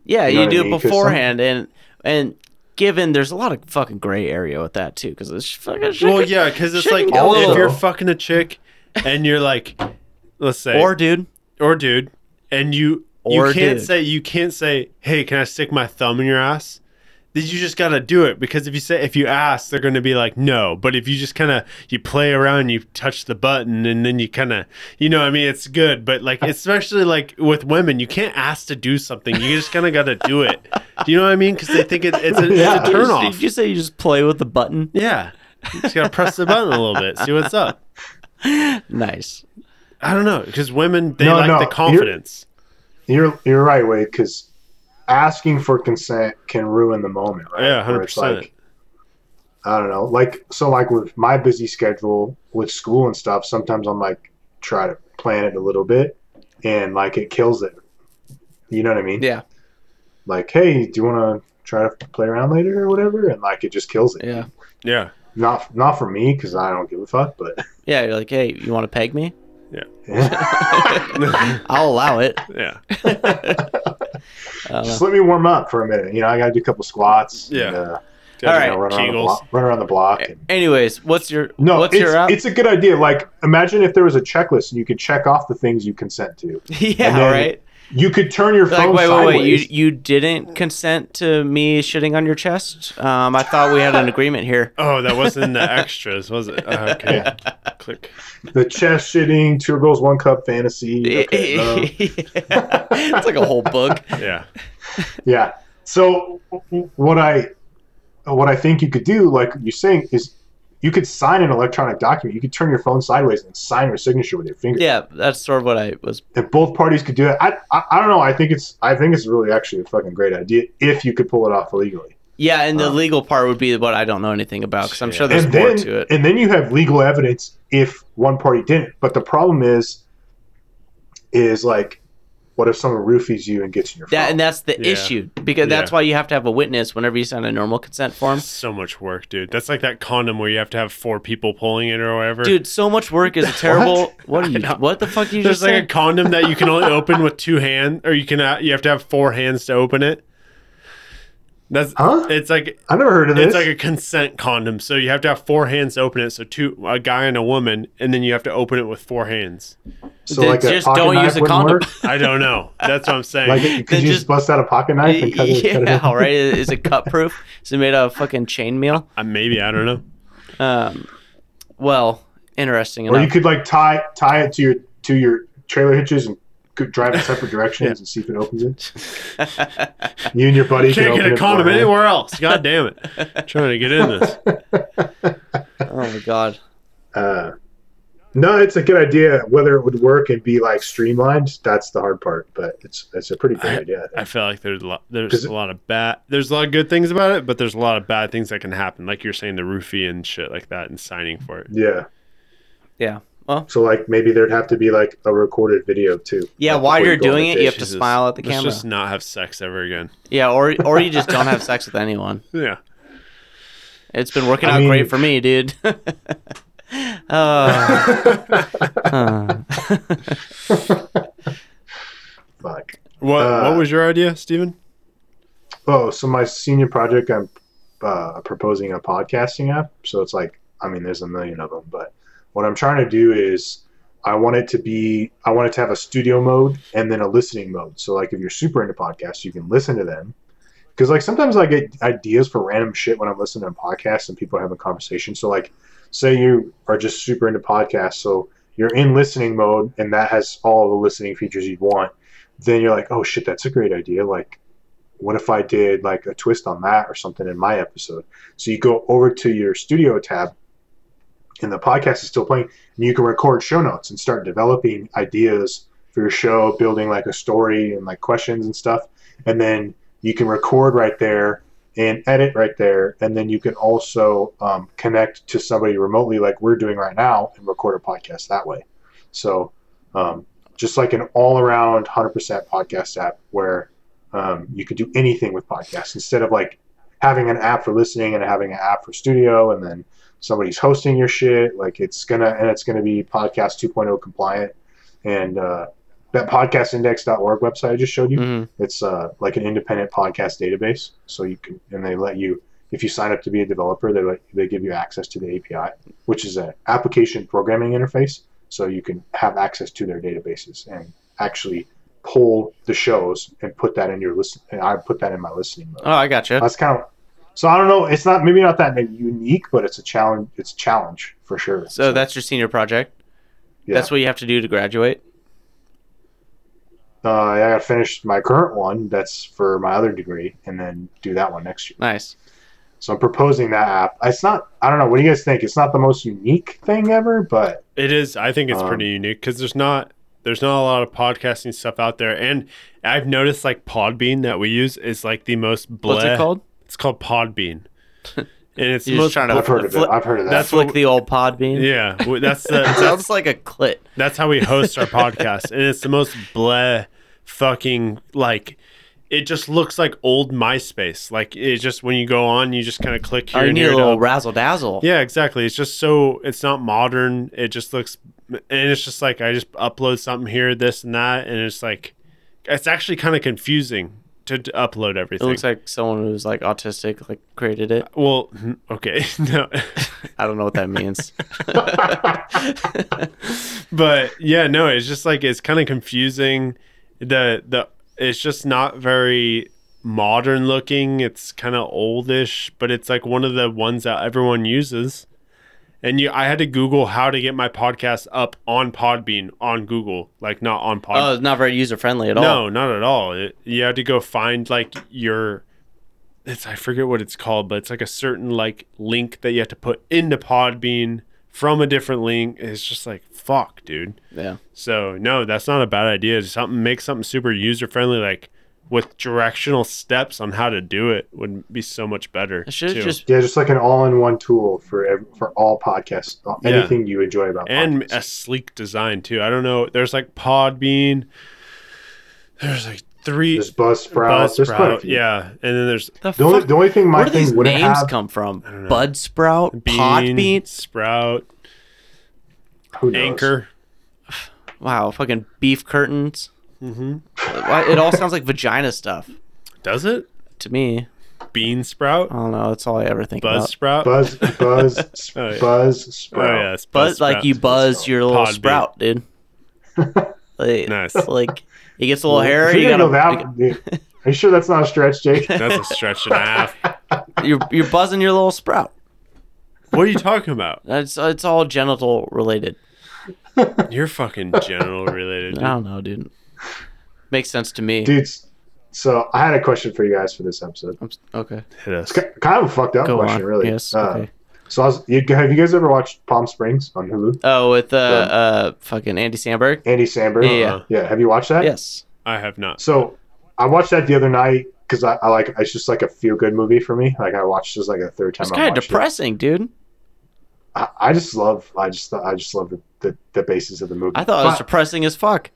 Speaker 2: yeah,
Speaker 4: you know
Speaker 2: you,
Speaker 4: what I
Speaker 2: do
Speaker 4: mean?
Speaker 2: it
Speaker 4: 'Cause some-
Speaker 2: beforehand, and and given there's a lot of fucking gray area with that too, because it's fucking shit
Speaker 3: Well,
Speaker 2: could-
Speaker 3: yeah, because it's
Speaker 2: shit
Speaker 3: like
Speaker 2: can go
Speaker 4: Also-
Speaker 3: if
Speaker 2: low.
Speaker 3: you're fucking a chick and you're like, let's say,
Speaker 2: or
Speaker 3: or,
Speaker 2: dude,
Speaker 3: dude, and you
Speaker 2: Or
Speaker 3: you can't
Speaker 2: dude.
Speaker 3: say you can't say, hey, can I stick my thumb in your ass? Then you just gotta do it because if you say if you ask, they're gonna be like no. But if you just kind of you play around, you touch the button, and then you kind of you know, I mean, it's good. But like especially like with women, you can't ask to do something. You just kind of gotta do it. Do you know what I mean? Because they think it, it's a,
Speaker 4: Yeah.
Speaker 3: it's a turn off.
Speaker 2: Did you say you just play with the button?
Speaker 3: Yeah. You just gotta press the button a little bit, see what's up.
Speaker 2: Nice.
Speaker 3: I don't know, because women they
Speaker 4: No,
Speaker 3: like
Speaker 4: no,
Speaker 3: the
Speaker 4: you're-
Speaker 3: confidence.
Speaker 4: You're you're right, Wade, because asking for consent can ruin the moment, right?
Speaker 3: Yeah,
Speaker 4: Where it's
Speaker 3: 100%.
Speaker 4: like, I don't know, like so, like with my busy schedule with school and stuff. Sometimes I'm like try to plan it a little bit, and like it kills it. You know what I mean?
Speaker 2: Yeah,
Speaker 4: Like, hey, do you want to try to play around later or whatever? And like it just kills it.
Speaker 2: yeah.
Speaker 3: Yeah.
Speaker 4: Not not for me because I don't give a fuck, but.
Speaker 2: Yeah, you're like, hey, you want to peg me?
Speaker 3: yeah.
Speaker 2: I'll allow it. Uh, I don't know.
Speaker 4: Just let me warm up for a minute. You know, I got to do a couple squats.
Speaker 3: Yeah.
Speaker 4: And, uh,
Speaker 2: All
Speaker 4: you know,
Speaker 2: right.
Speaker 4: run, around the
Speaker 3: Kegels.
Speaker 4: block, run around the block. and-
Speaker 2: Anyways, what's your
Speaker 4: no,
Speaker 2: What's
Speaker 4: it's,
Speaker 2: your up?
Speaker 4: it's a good idea. Like, imagine if there was a checklist and you could check off the things you consent to.
Speaker 2: yeah,
Speaker 4: and then
Speaker 2: right.
Speaker 4: You could turn your
Speaker 2: Like,
Speaker 4: phone
Speaker 2: wait, wait,
Speaker 4: sideways.
Speaker 2: wait. You you didn't consent to me shitting on your chest. Um, I thought we had an agreement here.
Speaker 3: Oh, that wasn't in the extras, was it? Oh, okay. Click.
Speaker 4: The chest shitting, two girls, one cup fantasy. Okay, no.
Speaker 2: it's like a whole book.
Speaker 3: Yeah.
Speaker 4: yeah. So what I what I think you could do, like you're saying, is you could sign an electronic document. You could turn your phone sideways and sign your signature with your finger.
Speaker 2: Yeah, that's sort of what I was.
Speaker 4: if both parties could do it, I, I I don't know. I think it's I think it's really actually a fucking great idea if you could pull it off legally.
Speaker 2: Yeah, and the
Speaker 4: Uh.
Speaker 2: legal part would be what I don't know anything about because I'm sure
Speaker 3: Yeah.
Speaker 2: there's
Speaker 4: And
Speaker 2: more
Speaker 4: then
Speaker 2: to it.
Speaker 4: and then you have legal evidence if one party didn't. But the problem is, is like, what if someone roofies you and gets in your
Speaker 2: That
Speaker 4: phone?
Speaker 2: and that's the
Speaker 3: Yeah.
Speaker 2: issue because that's
Speaker 3: Yeah.
Speaker 2: why you have to have a witness whenever you sign a normal consent form.
Speaker 3: So much work, dude. That's like that condom where you have to have four people pulling it or whatever.
Speaker 2: Dude, so much work is a terrible. What, are you? What the fuck did you
Speaker 3: There's
Speaker 2: just
Speaker 3: like
Speaker 2: say?
Speaker 3: a condom that you can only open with two hands, or you can uh, you have to have four hands to open it. That's
Speaker 4: Huh?
Speaker 3: it's like
Speaker 4: I never heard of this.
Speaker 3: It's like a consent condom, so you have to have four hands to open it. So two, a guy and a woman, and then you have to open it with four hands.
Speaker 4: so
Speaker 2: Then
Speaker 4: like
Speaker 2: just
Speaker 4: a pocket
Speaker 2: don't
Speaker 4: knife
Speaker 2: use a
Speaker 4: wouldn't
Speaker 2: condom.
Speaker 4: work?
Speaker 3: I don't know. That's what I'm saying.
Speaker 4: Like, could
Speaker 2: Then
Speaker 4: you
Speaker 2: just-
Speaker 4: just bust out a pocket knife and cut it? cut it
Speaker 2: yeah,
Speaker 4: open?
Speaker 2: all right. Is it cut proof? Is it made out of fucking chainmail?
Speaker 3: Uh, maybe I don't know.
Speaker 2: Um, well, interesting
Speaker 4: Or you
Speaker 2: enough.
Speaker 4: could like tie tie it to your to your trailer hitches and could drive in separate directions and see if it opens it. you and your buddy
Speaker 3: You can't
Speaker 4: can
Speaker 3: get a
Speaker 4: open it
Speaker 3: condom
Speaker 4: beforehand.
Speaker 3: anywhere else. God damn it! trying to get in this.
Speaker 2: Oh my god.
Speaker 4: Uh, no, it's a good idea. Whether it would work and be like streamlined, that's the hard part. But it's it's a pretty good idea. I think.
Speaker 3: I feel like there's a lot there's
Speaker 4: Does
Speaker 3: a
Speaker 4: it-
Speaker 3: lot of bad there's a lot of good things about it, but there's a lot of bad things that can happen. Like you're saying the roofie and shit like that and signing for it.
Speaker 4: Yeah.
Speaker 2: Yeah. Well.
Speaker 4: So like maybe there'd have to be like a recorded video too.
Speaker 2: Yeah.
Speaker 4: Like,
Speaker 2: While
Speaker 4: before
Speaker 2: you're
Speaker 4: you go on
Speaker 2: doing
Speaker 4: the
Speaker 2: it, you
Speaker 4: date.
Speaker 2: have to smile at the
Speaker 3: Let's
Speaker 2: camera.
Speaker 3: just not have sex ever again.
Speaker 2: Yeah. Or or you just don't have sex with anyone.
Speaker 3: Yeah.
Speaker 2: It's been working
Speaker 4: I
Speaker 2: out
Speaker 4: mean-
Speaker 2: great for me, dude. uh, uh,
Speaker 4: Fuck.
Speaker 3: What
Speaker 4: Uh,
Speaker 3: what was your idea, Steven?
Speaker 4: Oh, so my senior project, I'm uh, proposing a podcasting app. So it's like, I mean, there's a million of them, but what I'm trying to do is I want it to be, I want it to have a studio mode and then a listening mode. So like, if you're super into podcasts, you can listen to them. Because like sometimes I get ideas for random shit when I'm listening to podcasts and people are having conversations. So like, say you are just super into podcasts, so you're in listening mode and that has all the listening features you'd want. Then you're like, oh shit, that's a great idea. Like what if I did like a twist on that or something in my episode? So you go over to your studio tab and the podcast is still playing and you can record show notes and start developing ideas for your show, building like a story and like questions and stuff. And then you can record right there and edit right there. And then you can also um, connect to somebody remotely like we're doing right now and record a podcast that way. So um, just like an all around 100% podcast app where um, you could do anything with podcasts instead of like having an app for listening and having an app for studio and then somebody's hosting your shit like it's gonna and it's gonna be podcast 2.0 compliant and uh, that podcastindex.org website i just showed you
Speaker 2: mhm.
Speaker 4: it's uh, like an independent podcast database so you can and they let you if you sign up to be a developer they let, they give you access to the api which is an application programming interface so you can have access to their databases and actually pull the shows and put that in your listen and i put that in my listening mode
Speaker 2: Oh, I gotcha.
Speaker 4: that's kind of so i don't know it's not maybe not that unique but it's a challenge it's a challenge for sure
Speaker 2: So that's your senior project.
Speaker 4: yeah.
Speaker 2: That's what you have to do to graduate.
Speaker 4: uh, i gotta finish my current one that's for my other degree and then do that one next year
Speaker 2: Nice.
Speaker 4: So I'm proposing that app. It's not. I don't know. What do you guys think? It's not the most unique thing ever, but
Speaker 3: It is. I think it's
Speaker 4: Um,
Speaker 3: pretty unique because there's not there's not a lot of podcasting stuff out there, and I've noticed like Podbean that we use is like the most bleh.
Speaker 2: What's it called?
Speaker 3: It's called Podbean, and it's the
Speaker 2: You're just
Speaker 3: most
Speaker 2: trying to
Speaker 4: I've heard of
Speaker 2: flick,
Speaker 4: it. I've heard of that.
Speaker 3: that's
Speaker 2: flick
Speaker 3: what-
Speaker 2: the old pod bean.
Speaker 3: yeah. w- That's the that's,
Speaker 2: Sounds like a clit.
Speaker 3: that's how we host our podcast, and it's the most bleh fucking like. It just looks like old MySpace. Like it just when you go on, you just kind of click here
Speaker 2: Oh, you
Speaker 3: and
Speaker 2: need
Speaker 3: here
Speaker 2: a
Speaker 3: to
Speaker 2: little
Speaker 3: up-
Speaker 2: razzle dazzle.
Speaker 3: Yeah, exactly. It's just so it's not modern. It just looks and it's just like I just upload something here, this and that, and it's like it's actually kind of confusing to, to upload
Speaker 2: It
Speaker 3: everything.
Speaker 2: looks like someone who's like autistic like created it.
Speaker 3: well, hmm, okay, no,
Speaker 2: I don't know what that means.
Speaker 3: but yeah, no, it's just like it's kind of confusing. The the it's just not very modern looking. It's kind of oldish, but it's like one of the ones that everyone uses. And you, I had to Google how to get my podcast up on Podbean on Google, like not on Pod.
Speaker 2: oh, it's not very user friendly at all.
Speaker 3: No, not at all. It, you had to go find like your. It's I forget what it's called, but it's like a certain like link that you have to put into Podbean from a different link. It's just like fuck, dude.
Speaker 2: Yeah.
Speaker 3: So no, that's not a bad idea. Just something make something super user friendly, like with directional steps on how to do it would be so much better.
Speaker 2: It should
Speaker 3: too.
Speaker 2: just
Speaker 4: yeah, just like an all-in-one tool for ev- for all podcasts, uh,
Speaker 3: Yeah.
Speaker 4: anything you enjoy about
Speaker 3: and
Speaker 4: podcasts.
Speaker 3: a sleek design too. I don't know. There's like Podbean. There's like three.
Speaker 4: there's Buzzsprout. There's quite a
Speaker 3: Buzzsprout,
Speaker 4: few.
Speaker 3: yeah, and then there's
Speaker 2: the
Speaker 4: The only,
Speaker 2: fuck?
Speaker 4: the only thing my
Speaker 2: Where do these
Speaker 4: thing wouldn't
Speaker 2: names
Speaker 4: have.
Speaker 2: come from?
Speaker 3: don't know.
Speaker 2: Bud sprout,
Speaker 3: Bean,
Speaker 2: pod bean.
Speaker 3: Sprout,
Speaker 4: who knows?
Speaker 3: Anchor.
Speaker 2: Wow, fucking beef curtains.
Speaker 3: Mm-hmm.
Speaker 2: Why- it all sounds like vagina stuff
Speaker 3: Does it?
Speaker 2: to me.
Speaker 3: Bean Sprout,
Speaker 2: I don't know. That's all I ever think
Speaker 3: Buzz
Speaker 2: about.
Speaker 3: Sprout.
Speaker 4: Buzz Buzz
Speaker 3: Oh, yeah.
Speaker 4: Buzzsprout.
Speaker 3: oh yeah, it's
Speaker 2: Buzz,
Speaker 3: Buzz
Speaker 2: like
Speaker 3: Sprout.
Speaker 2: you buzz your little
Speaker 3: Pod bean.
Speaker 2: sprout, dude. like,
Speaker 3: Nice.
Speaker 2: Like it gets a little
Speaker 4: If
Speaker 2: hairy. You
Speaker 4: you're gonna
Speaker 2: gotta,
Speaker 4: go that- Are you sure that's not a stretch, Jake?
Speaker 3: That's a stretch and a half.
Speaker 2: you're you're buzzing your little sprout.
Speaker 3: What are you talking about?
Speaker 2: It's it's all genital related.
Speaker 3: You're fucking genital related.
Speaker 2: I
Speaker 3: dude.
Speaker 2: don't know, dude. Makes sense to me.
Speaker 4: Dudes, so I had a question for you guys for this episode.
Speaker 2: I'm s- okay.
Speaker 3: Hit us.
Speaker 4: It's ki- kind of a fucked up
Speaker 2: Go
Speaker 4: question,
Speaker 2: on.
Speaker 4: really.
Speaker 2: Yes.
Speaker 4: Uh,
Speaker 2: okay.
Speaker 4: So I was, you, have you guys ever watched Palm Springs on Hulu?
Speaker 2: Oh, with uh, uh fucking Andy Sandberg.
Speaker 4: Andy Samberg.
Speaker 2: Yeah, yeah.
Speaker 3: Uh-uh.
Speaker 4: Yeah. Have you watched that?
Speaker 2: Yes.
Speaker 3: I have not.
Speaker 4: So I watched that the other night because I, I like it's just like a feel good movie for me. Like I watched this like a third time.
Speaker 2: It's
Speaker 4: I
Speaker 2: kind of
Speaker 4: watched it.
Speaker 2: depressing, dude.
Speaker 4: I, I just love. I just I just love the, the, the basis of the movie.
Speaker 2: I thought it was
Speaker 4: But
Speaker 2: depressing as fuck.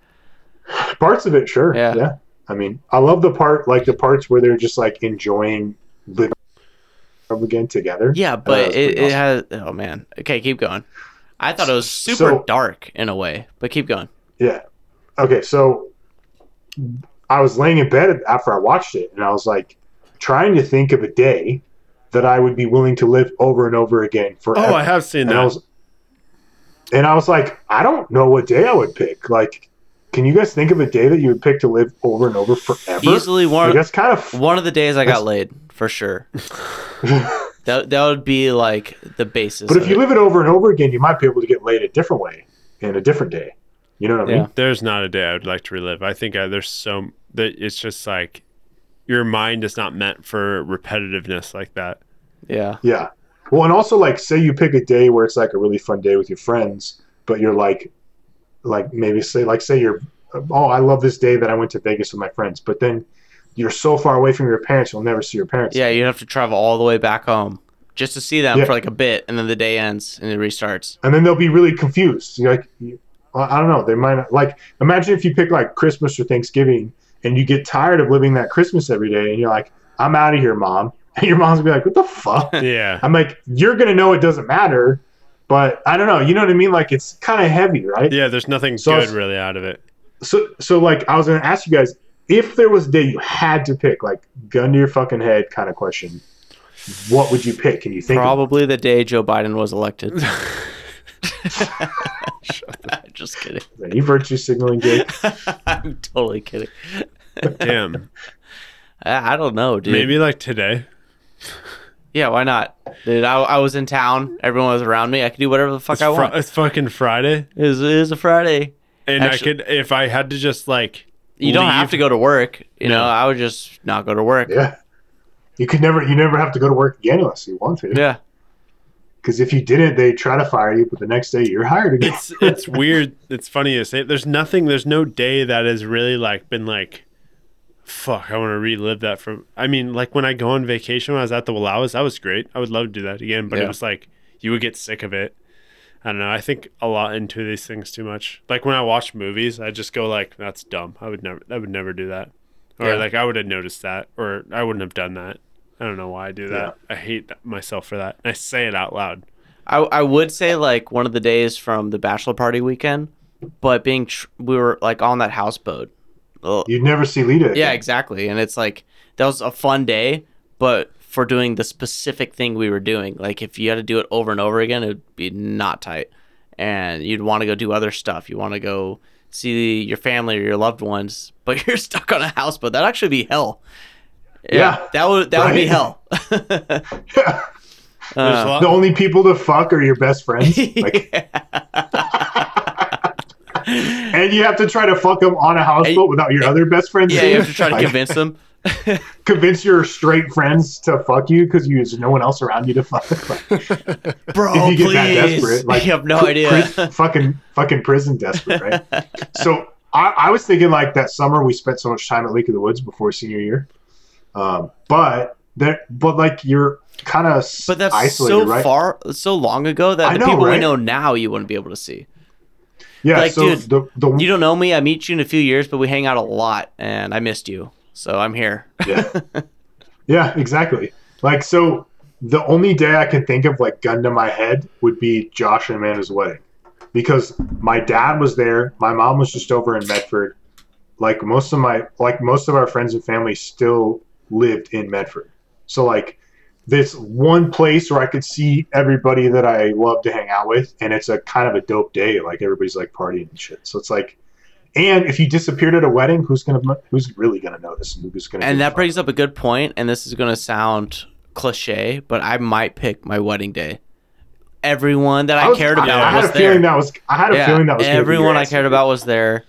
Speaker 4: parts of it, sure.
Speaker 2: Yeah.
Speaker 4: Yeah. I mean, I love the part like the parts where they're just like enjoying living again together.
Speaker 2: Yeah,
Speaker 4: thought it
Speaker 2: but
Speaker 4: was
Speaker 2: it,
Speaker 4: pretty
Speaker 2: it has. Oh man. Okay, keep going. I thought it was super
Speaker 4: So-
Speaker 2: dark in a way, but keep going.
Speaker 4: Yeah. Okay, so I was laying in bed after I watched it, and I was like trying to think of a day that I would be willing to live over and over again forever.
Speaker 3: Oh, I have seen
Speaker 4: and
Speaker 3: that.
Speaker 4: I was, and I was like, I don't know what day I would pick. Like, can you guys think of a day that you would pick to live over and over forever?
Speaker 2: Easily
Speaker 4: Like,
Speaker 2: one
Speaker 4: that's kind of
Speaker 2: one of the days I got
Speaker 4: That's-
Speaker 2: laid for sure. that that would be like the basis.
Speaker 4: But if
Speaker 2: of
Speaker 4: you
Speaker 2: it.
Speaker 4: live it over and over again, you might be able to get laid a different way and a different day. You know what I mean?
Speaker 2: Yeah.
Speaker 3: There's not a day I would like to relive. I think I, there's so that it's just like your mind is not meant for repetitiveness like that.
Speaker 2: yeah,
Speaker 4: Yeah. Well, and also like say you pick a day where it's like a really fun day with your friends, but you're like, like maybe say like say you're, oh, I love this day that I went to Vegas with my friends, but then you're so far away from your parents, you'll never see your parents.
Speaker 2: yeah, you have to travel all the way back home just to see them
Speaker 4: Yeah.
Speaker 2: for like a bit, and then the day ends and it restarts.
Speaker 4: And then they'll be really confused. You're like, you- I I don't know. They might not, like imagine if you pick like Christmas or Thanksgiving, and you get tired of living that Christmas every day, and you're like, I'm out of here, mom. And your mom's gonna be like, What the fuck?
Speaker 3: Yeah.
Speaker 4: I'm like, you're gonna know it doesn't matter, but I don't know. You know what I mean? Like it's kind of heavy, right?
Speaker 3: Yeah, there's nothing
Speaker 4: So I
Speaker 3: good
Speaker 4: was-
Speaker 3: really out of it.
Speaker 4: So, so like I was gonna ask you guys if there was a day you had to pick, like gun to your fucking head kind of question. What would you pick? Can you think? of-
Speaker 2: Probably the day Joe Biden was elected. Just kidding.
Speaker 4: Are you virtue signaling, Jake?
Speaker 2: I'm totally kidding.
Speaker 3: Damn.
Speaker 2: I, I don't know, dude.
Speaker 3: Maybe like today.
Speaker 2: Yeah, why not? Dude, I, I was in town. Everyone was around me. I could do whatever the fuck
Speaker 3: It's,
Speaker 2: I
Speaker 3: fri-
Speaker 2: want.
Speaker 3: it's fucking Friday.
Speaker 2: It was, it was a Friday.
Speaker 3: And
Speaker 2: Actually-
Speaker 3: I could if I had to just like
Speaker 2: You don't have
Speaker 3: leave-
Speaker 2: to go to work. You know,
Speaker 3: No.
Speaker 2: I would just not go to work. Yeah.
Speaker 4: Yeah. You could never, you never have to go to work again unless you want to. Because if you didn't, they try to fire you, but the next day you're hired again.
Speaker 3: it's it's weird. It's funny to say. There's nothing. There's no day that has really like been like, fuck. I want to relive that from. I mean, like when I go on vacation, when I was at the Wallawas, that was great. I would love to do that again. But
Speaker 2: Yeah.
Speaker 3: it was like you would get sick of it. I don't know. I think a lot into these things too much. Like when I watch movies, I just go like, that's dumb. I would never. I would never do that. Or
Speaker 2: Yeah.
Speaker 3: like I would have noticed that, or I wouldn't have done that. I don't know why I do that. I hate that- myself for that. I say it out loud.
Speaker 2: I, I would say like one of the days from the bachelor party weekend, but being tr- we were like on that houseboat. Ugh.
Speaker 4: You'd never see Lita.
Speaker 2: Yeah,
Speaker 4: again.
Speaker 2: exactly. And it's like that was a fun day, but for doing the specific thing we were doing, like if you had to do it over and over again, it'd be not tight. And you'd want to go do other stuff. You want to go see your family or your loved ones, but you're stuck on a houseboat. That'd actually be hell.
Speaker 4: Yeah.
Speaker 2: that would that would be
Speaker 4: Right.
Speaker 2: hell.
Speaker 3: There's a
Speaker 2: Uh,
Speaker 3: lot-
Speaker 4: The only people to fuck are your best friends. Like, and you have to try to fuck them on a houseboat without your other best friends.
Speaker 2: yeah,
Speaker 4: there.
Speaker 2: you have to try to
Speaker 4: Like,
Speaker 2: convince them.
Speaker 4: convince your straight friends to fuck you because you there's no one else around you to fuck. Like,
Speaker 2: Bro,
Speaker 4: you
Speaker 2: Oh, please.
Speaker 4: get that desperate, like,
Speaker 2: you have no
Speaker 4: pri-
Speaker 2: idea.
Speaker 4: pri- fucking fucking prison desperate, right? so I, I was thinking like that summer we spent so much time at Lake of the Woods before senior year, um, but that but like you're kind of
Speaker 2: But that's
Speaker 4: isolated,
Speaker 2: so
Speaker 4: right?
Speaker 2: far, so long ago that
Speaker 4: I
Speaker 2: the
Speaker 4: know,
Speaker 2: people we
Speaker 4: right?
Speaker 2: know now you wouldn't be able to see.
Speaker 4: Yeah,
Speaker 2: like,
Speaker 4: so
Speaker 2: dude,
Speaker 4: the the
Speaker 2: You don't know me. I meet you in a few years, but we hang out a lot, and I missed you, so I'm here.
Speaker 4: yeah. yeah, exactly. Like so the only day I can think of like gun to my head would be Josh and Amanda's wedding. Because my dad was there, my mom was just over in Medford. Like most of my like most of our friends and family still lived in Medford. So like this one place where I could see everybody that I love to hang out with and it's a kind of a dope day. Like everybody's like partying and shit. So it's like and if you disappeared at a wedding, who's gonna who's really gonna notice and who's gonna
Speaker 2: And
Speaker 4: give a
Speaker 2: that
Speaker 4: fuck?
Speaker 2: brings up a good point, and this is gonna sound cliche, but I might pick my wedding day. Everyone that I,
Speaker 4: was-
Speaker 2: cared about
Speaker 4: I, had
Speaker 2: was
Speaker 4: a
Speaker 2: there.
Speaker 4: feeling that was. I had a
Speaker 2: yeah,
Speaker 4: feeling that was. gonna be
Speaker 2: everyone
Speaker 4: your
Speaker 2: I
Speaker 4: answer.
Speaker 2: cared about was there.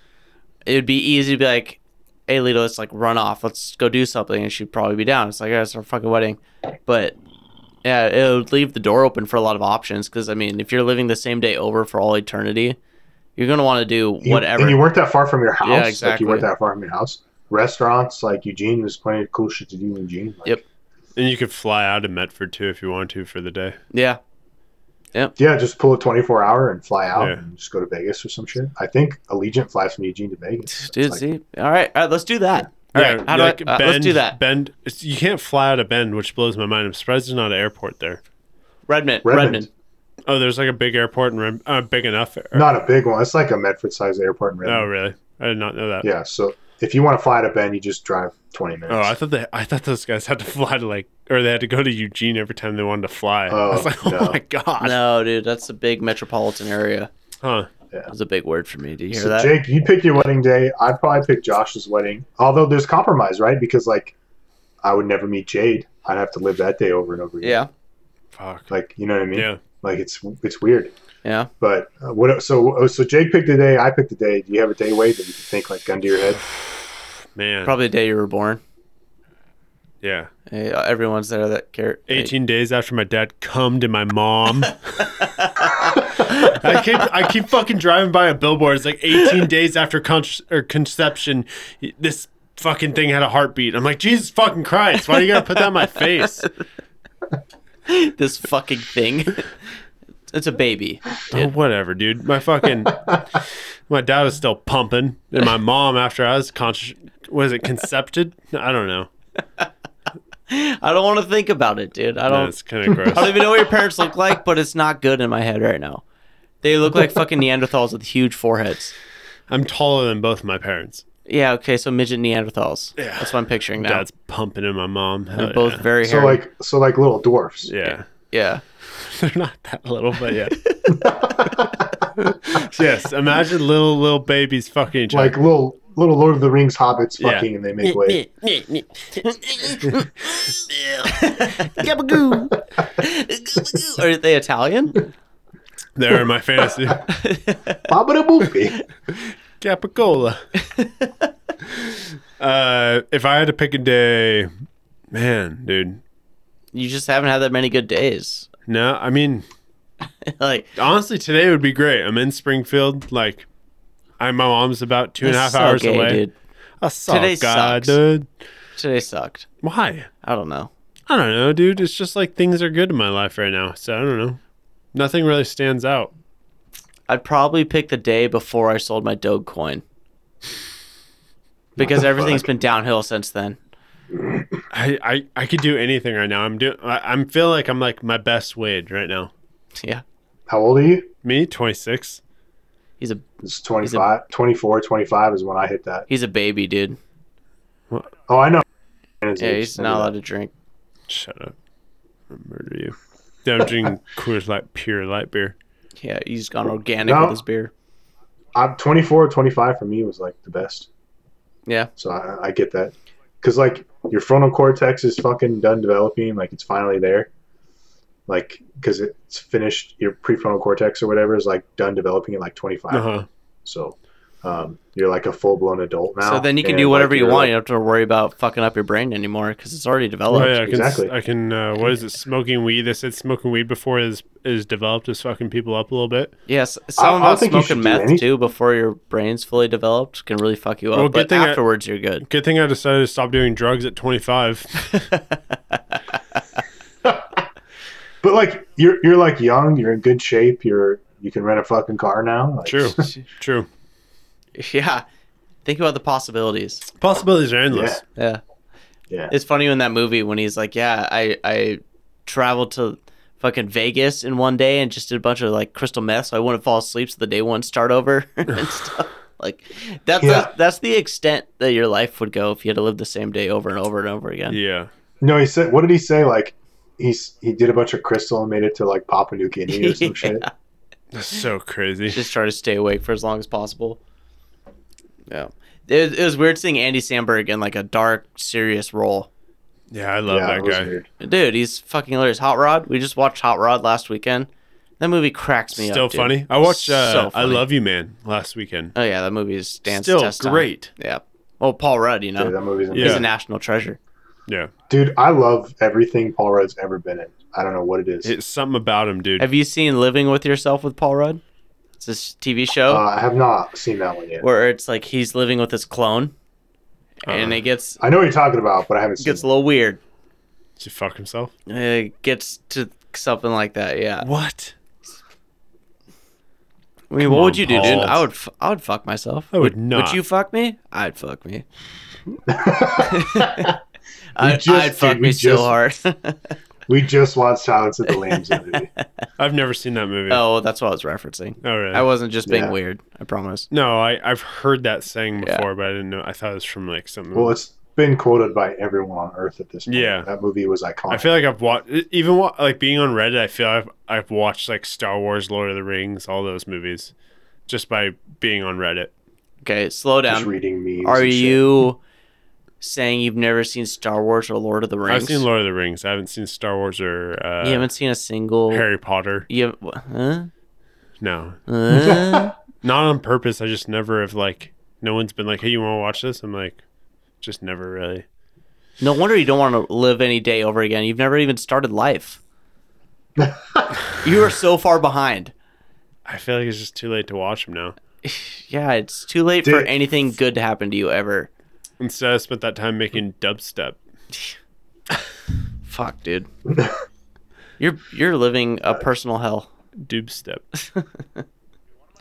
Speaker 2: It would be easy to be like, "Hey, Lita, let's like run off. Let's go do something," and she'd probably be down. It's like, "Yeah, it's our fucking wedding," but Yeah, it would leave the door open for a lot of options because I mean, if you're living the same day over for all eternity, you're gonna want to do
Speaker 4: You-
Speaker 2: whatever.
Speaker 4: And you weren't that far from your house.
Speaker 2: Yeah,
Speaker 4: Like you
Speaker 2: exactly.
Speaker 4: weren't that far from your house. Restaurants, like Eugene, there's plenty of cool shit to do in Eugene. Like,
Speaker 2: Yep.
Speaker 3: And you could fly out of Medford too if you want to for the day.
Speaker 2: yeah,
Speaker 4: Yeah, just pull a 24 hour and fly out
Speaker 3: Yeah.
Speaker 4: and just go to Vegas or some shit. I think Allegiant flies from Eugene to Vegas.
Speaker 2: dude.
Speaker 4: It's like-
Speaker 2: see, all right, all right, let's do that. All
Speaker 3: Yeah,
Speaker 2: right, how do I- uh, let's do that.
Speaker 3: Bend. It's- You can't fly out of Bend, which blows my mind. I'm surprised there's not an airport there.
Speaker 2: Redmond,
Speaker 4: Redmond.
Speaker 2: Redmond.
Speaker 3: Oh, there's like a big airport and Red- uh, big enough. Air-
Speaker 4: Not a big one. It's like a Medford sized airport in
Speaker 3: Oh,
Speaker 4: Redmond.
Speaker 3: really? I did not know that.
Speaker 4: Yeah, so if you want to fly to Bend, you just drive 20 minutes.
Speaker 3: Oh, I thought they, I thought those guys had to fly to like, or they had to go to Eugene every time they wanted to fly. I was
Speaker 4: Oh,
Speaker 3: like, oh
Speaker 4: no.
Speaker 3: my god,
Speaker 2: No, dude, that's a big metropolitan area.
Speaker 3: huh?
Speaker 2: That was a big word for me. Do you hear
Speaker 4: so
Speaker 2: that?
Speaker 4: Jake, you pick your wedding day. I'd probably pick Josh's wedding. Although there's compromise, right? Because like I would never meet Jade. I'd have to live that day over and over again.
Speaker 2: yeah,
Speaker 3: Fuck.
Speaker 4: Like, you know what I mean?
Speaker 3: Yeah.
Speaker 4: Like it's it's weird.
Speaker 2: yeah.
Speaker 4: But uh, what? So oh, so Jake picked a day. I picked a day. Do you have a day Wade that you can think like gun to your head?
Speaker 3: Man.
Speaker 2: Probably the day you were born.
Speaker 3: Yeah.
Speaker 2: Hey, uh, everyone's there that care. hey,
Speaker 3: 18 days after my dad cummed to my mom. I keep I keep fucking driving by a billboard. It's like 18 days after con- or conception, this fucking thing had a heartbeat. I'm like, Jesus fucking Christ, why do you gotta put that in my face?
Speaker 2: this fucking thing. it's a baby.
Speaker 3: Oh, whatever, dude. My fucking my dad was still pumping, and my mom after I was conscious was it concepted? I don't know. Oh.
Speaker 2: I don't want to think about it, dude. I don't.
Speaker 3: That's kind of
Speaker 2: I
Speaker 3: gross.
Speaker 2: don't even know what your parents look like, but it's not good in my head right now. They look like fucking Neanderthals with huge foreheads.
Speaker 3: I'm taller than both my parents.
Speaker 2: Yeah, okay, so midget Neanderthals.
Speaker 3: Yeah.
Speaker 2: That's what I'm picturing now.
Speaker 3: Dad's pumping and my mom. Hell
Speaker 2: They're both
Speaker 3: yeah.
Speaker 2: very
Speaker 4: So
Speaker 2: hairy.
Speaker 4: like so like little dwarfs.
Speaker 3: yeah.
Speaker 2: yeah.
Speaker 3: They're not that little, but yeah. yes, imagine little little babies fucking each
Speaker 4: Like
Speaker 3: other.
Speaker 4: little little Lord of the Rings hobbits
Speaker 3: Yeah.
Speaker 4: fucking, and they make way.
Speaker 2: Gabagoo. Gabagoo. Are they Italian?
Speaker 3: They're in my fantasy.
Speaker 4: Babadaboopy.
Speaker 3: Capicola. uh, if I had to pick a day, man, dude.
Speaker 2: You just haven't had that many good days.
Speaker 3: No, I mean,
Speaker 2: like
Speaker 3: honestly, today would be great. I'm in Springfield. Like, I my mom's about two and a half
Speaker 2: it's so
Speaker 3: hours
Speaker 2: gay,
Speaker 3: away.
Speaker 2: dude.
Speaker 3: I saw
Speaker 2: Today
Speaker 3: God,
Speaker 2: sucks.
Speaker 3: dude.
Speaker 2: Today sucked.
Speaker 3: Why?
Speaker 2: I don't know.
Speaker 3: I don't know, dude. It's just like things are good in my life right now. So I don't know. Nothing really stands out.
Speaker 2: I'd probably pick the day before I sold my Dogecoin. Because everything's been downhill since then.
Speaker 3: I, I, I could do anything right now. I'm doing. I, I'm feel like I'm like my best wage right now.
Speaker 2: Yeah.
Speaker 4: How old are you?
Speaker 3: Me, 26.
Speaker 2: He's a
Speaker 4: It's 25, 24, 25 is when I hit that.
Speaker 2: he's a baby, dude.
Speaker 4: Oh, I know.
Speaker 2: Yeah, he's not allowed to drink.
Speaker 3: Shut up. I'll murder you. Yeah, I'm drinking Coors Light pure light beer.
Speaker 2: Yeah, he's gone organic
Speaker 4: No.
Speaker 2: with his beer.
Speaker 4: I'm 24 or 25 for me was like the best.
Speaker 2: Yeah.
Speaker 4: So I, I get that. Because, like, your frontal cortex is fucking done developing. Like, it's finally there. Like, because it's finished, your prefrontal cortex or whatever is like done developing at like 25.
Speaker 3: Uh huh.
Speaker 4: So um, you're like a full blown adult now.
Speaker 2: So then you can
Speaker 4: and,
Speaker 2: do
Speaker 4: like,
Speaker 2: whatever you
Speaker 4: you're,
Speaker 2: want.
Speaker 4: like-
Speaker 2: You don't have to worry about fucking up your brain anymore because it's already
Speaker 3: Oh,
Speaker 2: developed.
Speaker 3: yeah, I can.
Speaker 4: Exactly.
Speaker 3: I can. Uh, what is it? Smoking weed. They said smoking weed before is is developed as fucking people up a little bit.
Speaker 2: Yes,
Speaker 4: I
Speaker 2: some
Speaker 4: don't
Speaker 2: about
Speaker 4: think you should
Speaker 2: smoking
Speaker 4: do
Speaker 2: meth
Speaker 4: anything.
Speaker 2: too before your brain's fully developed can really fuck you up.
Speaker 3: Well, good
Speaker 2: but
Speaker 3: thing I-
Speaker 2: afterwards, you're good.
Speaker 3: Good thing I decided to stop doing drugs at 25.
Speaker 4: But like you're you're like young. You're in good shape. You're you can rent a fucking car now. Like,
Speaker 3: True. True.
Speaker 2: Yeah, think about the possibilities.
Speaker 3: Possibilities are endless.
Speaker 2: Yeah.
Speaker 4: Yeah.
Speaker 2: It's funny in that movie when he's like, "Yeah, I I traveled to fucking Vegas in one day and just did a bunch of like crystal meth, so I wouldn't fall asleep, so the day one start over and stuff." Like that's
Speaker 4: Yeah.
Speaker 2: that's the extent that your life would go if you had to live the same day over and over and over again.
Speaker 3: Yeah.
Speaker 4: No, he said. What did he say? Like he's he did a bunch of crystal and made it to like Papua New Guinea or some shit.
Speaker 3: That's so crazy.
Speaker 2: Just try to stay awake for as long as possible. Yeah. It, it was weird seeing Andy Samberg in like a dark, serious role.
Speaker 3: Yeah, I love
Speaker 4: yeah, it
Speaker 3: that
Speaker 4: was
Speaker 3: guy.
Speaker 4: weird.
Speaker 2: Dude, he's fucking hilarious. Hot Rod. We just watched Hot Rod last weekend. That movie cracks me
Speaker 3: Still
Speaker 2: up. dude.
Speaker 3: funny. I watched uh,
Speaker 2: So
Speaker 3: I
Speaker 2: funny.
Speaker 3: Love You Man last weekend.
Speaker 2: Oh yeah, that movie is stands the
Speaker 3: Still
Speaker 2: test time.
Speaker 3: great.
Speaker 2: Yeah. Well, Paul Rudd, you know,
Speaker 4: Dude, that movie's
Speaker 3: Yeah.
Speaker 2: he's
Speaker 4: amazing.
Speaker 2: a national treasure.
Speaker 3: Yeah.
Speaker 4: Dude, I love everything Paul Rudd's ever been in. I don't know what it is.
Speaker 3: It's something about him, dude.
Speaker 2: Have you seen Living with Yourself with Paul Rudd? It's this TV show
Speaker 4: Uh, I have not seen that one yet.
Speaker 2: where it's like he's living with his clone, and
Speaker 3: Uh.
Speaker 2: it gets
Speaker 4: I know what you're talking about, but I haven't seen.
Speaker 2: gets
Speaker 4: it.
Speaker 2: a little weird.
Speaker 3: Did he fuck himself?
Speaker 2: It gets to something like that. Yeah.
Speaker 3: What?
Speaker 2: I mean, what would
Speaker 3: on,
Speaker 2: you do, dude?
Speaker 3: Paul.
Speaker 2: I would, f- I would fuck myself.
Speaker 3: I would not.
Speaker 2: Would you fuck me? I'd fuck me.
Speaker 4: We
Speaker 2: I,
Speaker 4: just-
Speaker 2: I'd fuck
Speaker 4: dude, we
Speaker 2: me so hard.
Speaker 4: just- We just watched Silence of the Lambs the other day.
Speaker 3: I've never seen that movie. Oh,
Speaker 2: oh, that's what I was referencing.
Speaker 3: really?
Speaker 2: I wasn't just being
Speaker 4: Yeah.
Speaker 2: weird. I promise.
Speaker 3: no, I, I've heard that saying
Speaker 2: Yeah.
Speaker 3: before, but I didn't know. I thought it was from like something.
Speaker 4: Well, it's been quoted by everyone on Earth at this point.
Speaker 3: Yeah.
Speaker 4: that movie was iconic.
Speaker 3: I feel like I've watched even wa- like being on Reddit. I feel I've I've watched like Star Wars, Lord of the Rings, all those movies, just by being on Reddit.
Speaker 2: Okay, slow
Speaker 4: just
Speaker 2: down.
Speaker 4: reading memes.
Speaker 2: Are
Speaker 4: and shit.
Speaker 2: you saying you've never seen Star Wars or Lord of the Rings?
Speaker 3: I've seen Lord of the Rings. I haven't seen Star Wars or uh,
Speaker 2: you haven't seen a single.
Speaker 3: Harry Potter.
Speaker 2: You haven't- wha- huh?
Speaker 3: No,
Speaker 2: Huh?
Speaker 3: not on purpose. I just never have like. No one's been like, "Hey, you want to watch this?" I'm like, just never really.
Speaker 2: no wonder you don't want to live any day over again. You've never even started life. you are so far behind.
Speaker 3: I feel like it's just too late to watch them now.
Speaker 2: Yeah, it's too late for
Speaker 4: Dude.
Speaker 2: anything good to happen to you ever.
Speaker 3: Instead, I spent that time making dubstep.
Speaker 2: Fuck, dude. You're you're living a personal hell.
Speaker 3: Dubstep.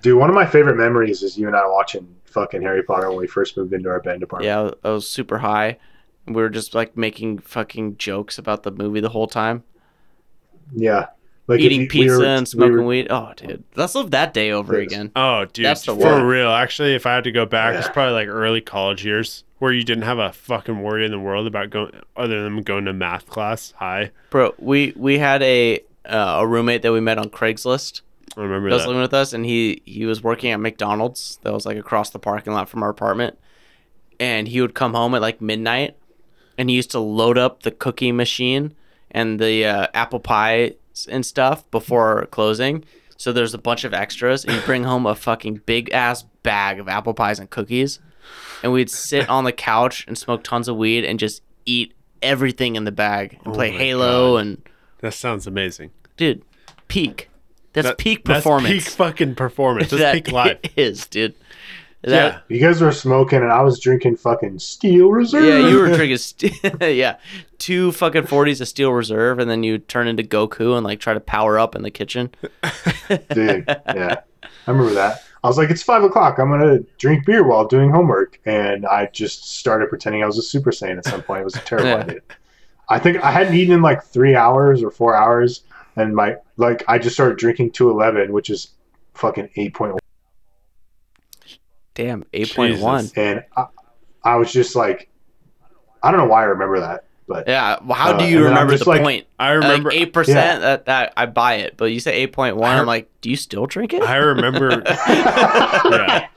Speaker 4: Dude, one of my favorite memories is you and I watching fucking Harry Potter when we first moved into our band apartment.
Speaker 2: Yeah, I was- I was super high. We were just like making fucking jokes about the movie the whole time,
Speaker 4: Yeah. Like if
Speaker 2: eating
Speaker 4: you-
Speaker 2: pizza
Speaker 4: were-
Speaker 2: and smoking
Speaker 4: were-
Speaker 2: weed. Oh, dude, let's live that day over
Speaker 4: Yes.
Speaker 2: again.
Speaker 3: Oh, dude,
Speaker 2: That's the
Speaker 3: for
Speaker 2: word.
Speaker 3: real. Actually, if I had to go back, it's
Speaker 4: Yeah.
Speaker 3: probably like early college years where you didn't have a fucking worry in the world about going other than going to math class. Hi,
Speaker 2: Bro, we we had a uh, a roommate that we met on Craigslist.
Speaker 3: I remember
Speaker 2: that was
Speaker 3: that.
Speaker 2: living with us, and he he was working at McDonald's. That was like across the parking lot from our apartment, and he would come home at like midnight, and he used to load up the cookie machine and the uh, apple pie and stuff before closing. So there's a bunch of extras, and he'd bring home a fucking big ass bag of apple pies and cookies, and we'd sit on the couch and smoke tons of weed and just eat everything in the bag and play
Speaker 3: my
Speaker 2: Halo and
Speaker 3: That sounds amazing.
Speaker 2: dude, peak. That's
Speaker 3: That-
Speaker 2: peak performance.
Speaker 3: That's peak fucking performance. That's peak life.
Speaker 2: it is, dude.
Speaker 3: Yeah.
Speaker 2: That,
Speaker 4: You guys were smoking and I was drinking fucking Steel Reserve.
Speaker 2: yeah, you were drinking, st- yeah, two fucking forties of Steel Reserve, and then you turn into Goku and like try to power up in the kitchen.
Speaker 4: Dude, yeah. I remember that. I was like, it's five o'clock. I'm gonna drink beer while doing homework, and I just started pretending I was a Super Saiyan at some point. It was a terrible
Speaker 2: Yeah.
Speaker 4: idea. I think I hadn't eaten in like three hours or four hours, and my like I just started drinking two eleven, which is fucking eight point one,
Speaker 2: Damn, eight point one.
Speaker 3: Jesus.
Speaker 4: and I, I was just like, I don't know why I remember that, but
Speaker 2: Yeah, well, how do
Speaker 4: Uh, and then
Speaker 2: you
Speaker 4: I'm
Speaker 2: remember
Speaker 4: just
Speaker 2: the
Speaker 4: like-
Speaker 2: point?
Speaker 3: I
Speaker 2: Like
Speaker 3: remember.
Speaker 2: eight percent. That that I buy it, but you say eight point one.
Speaker 3: I-
Speaker 2: I'm like, do you still drink it?
Speaker 3: I remember. yeah.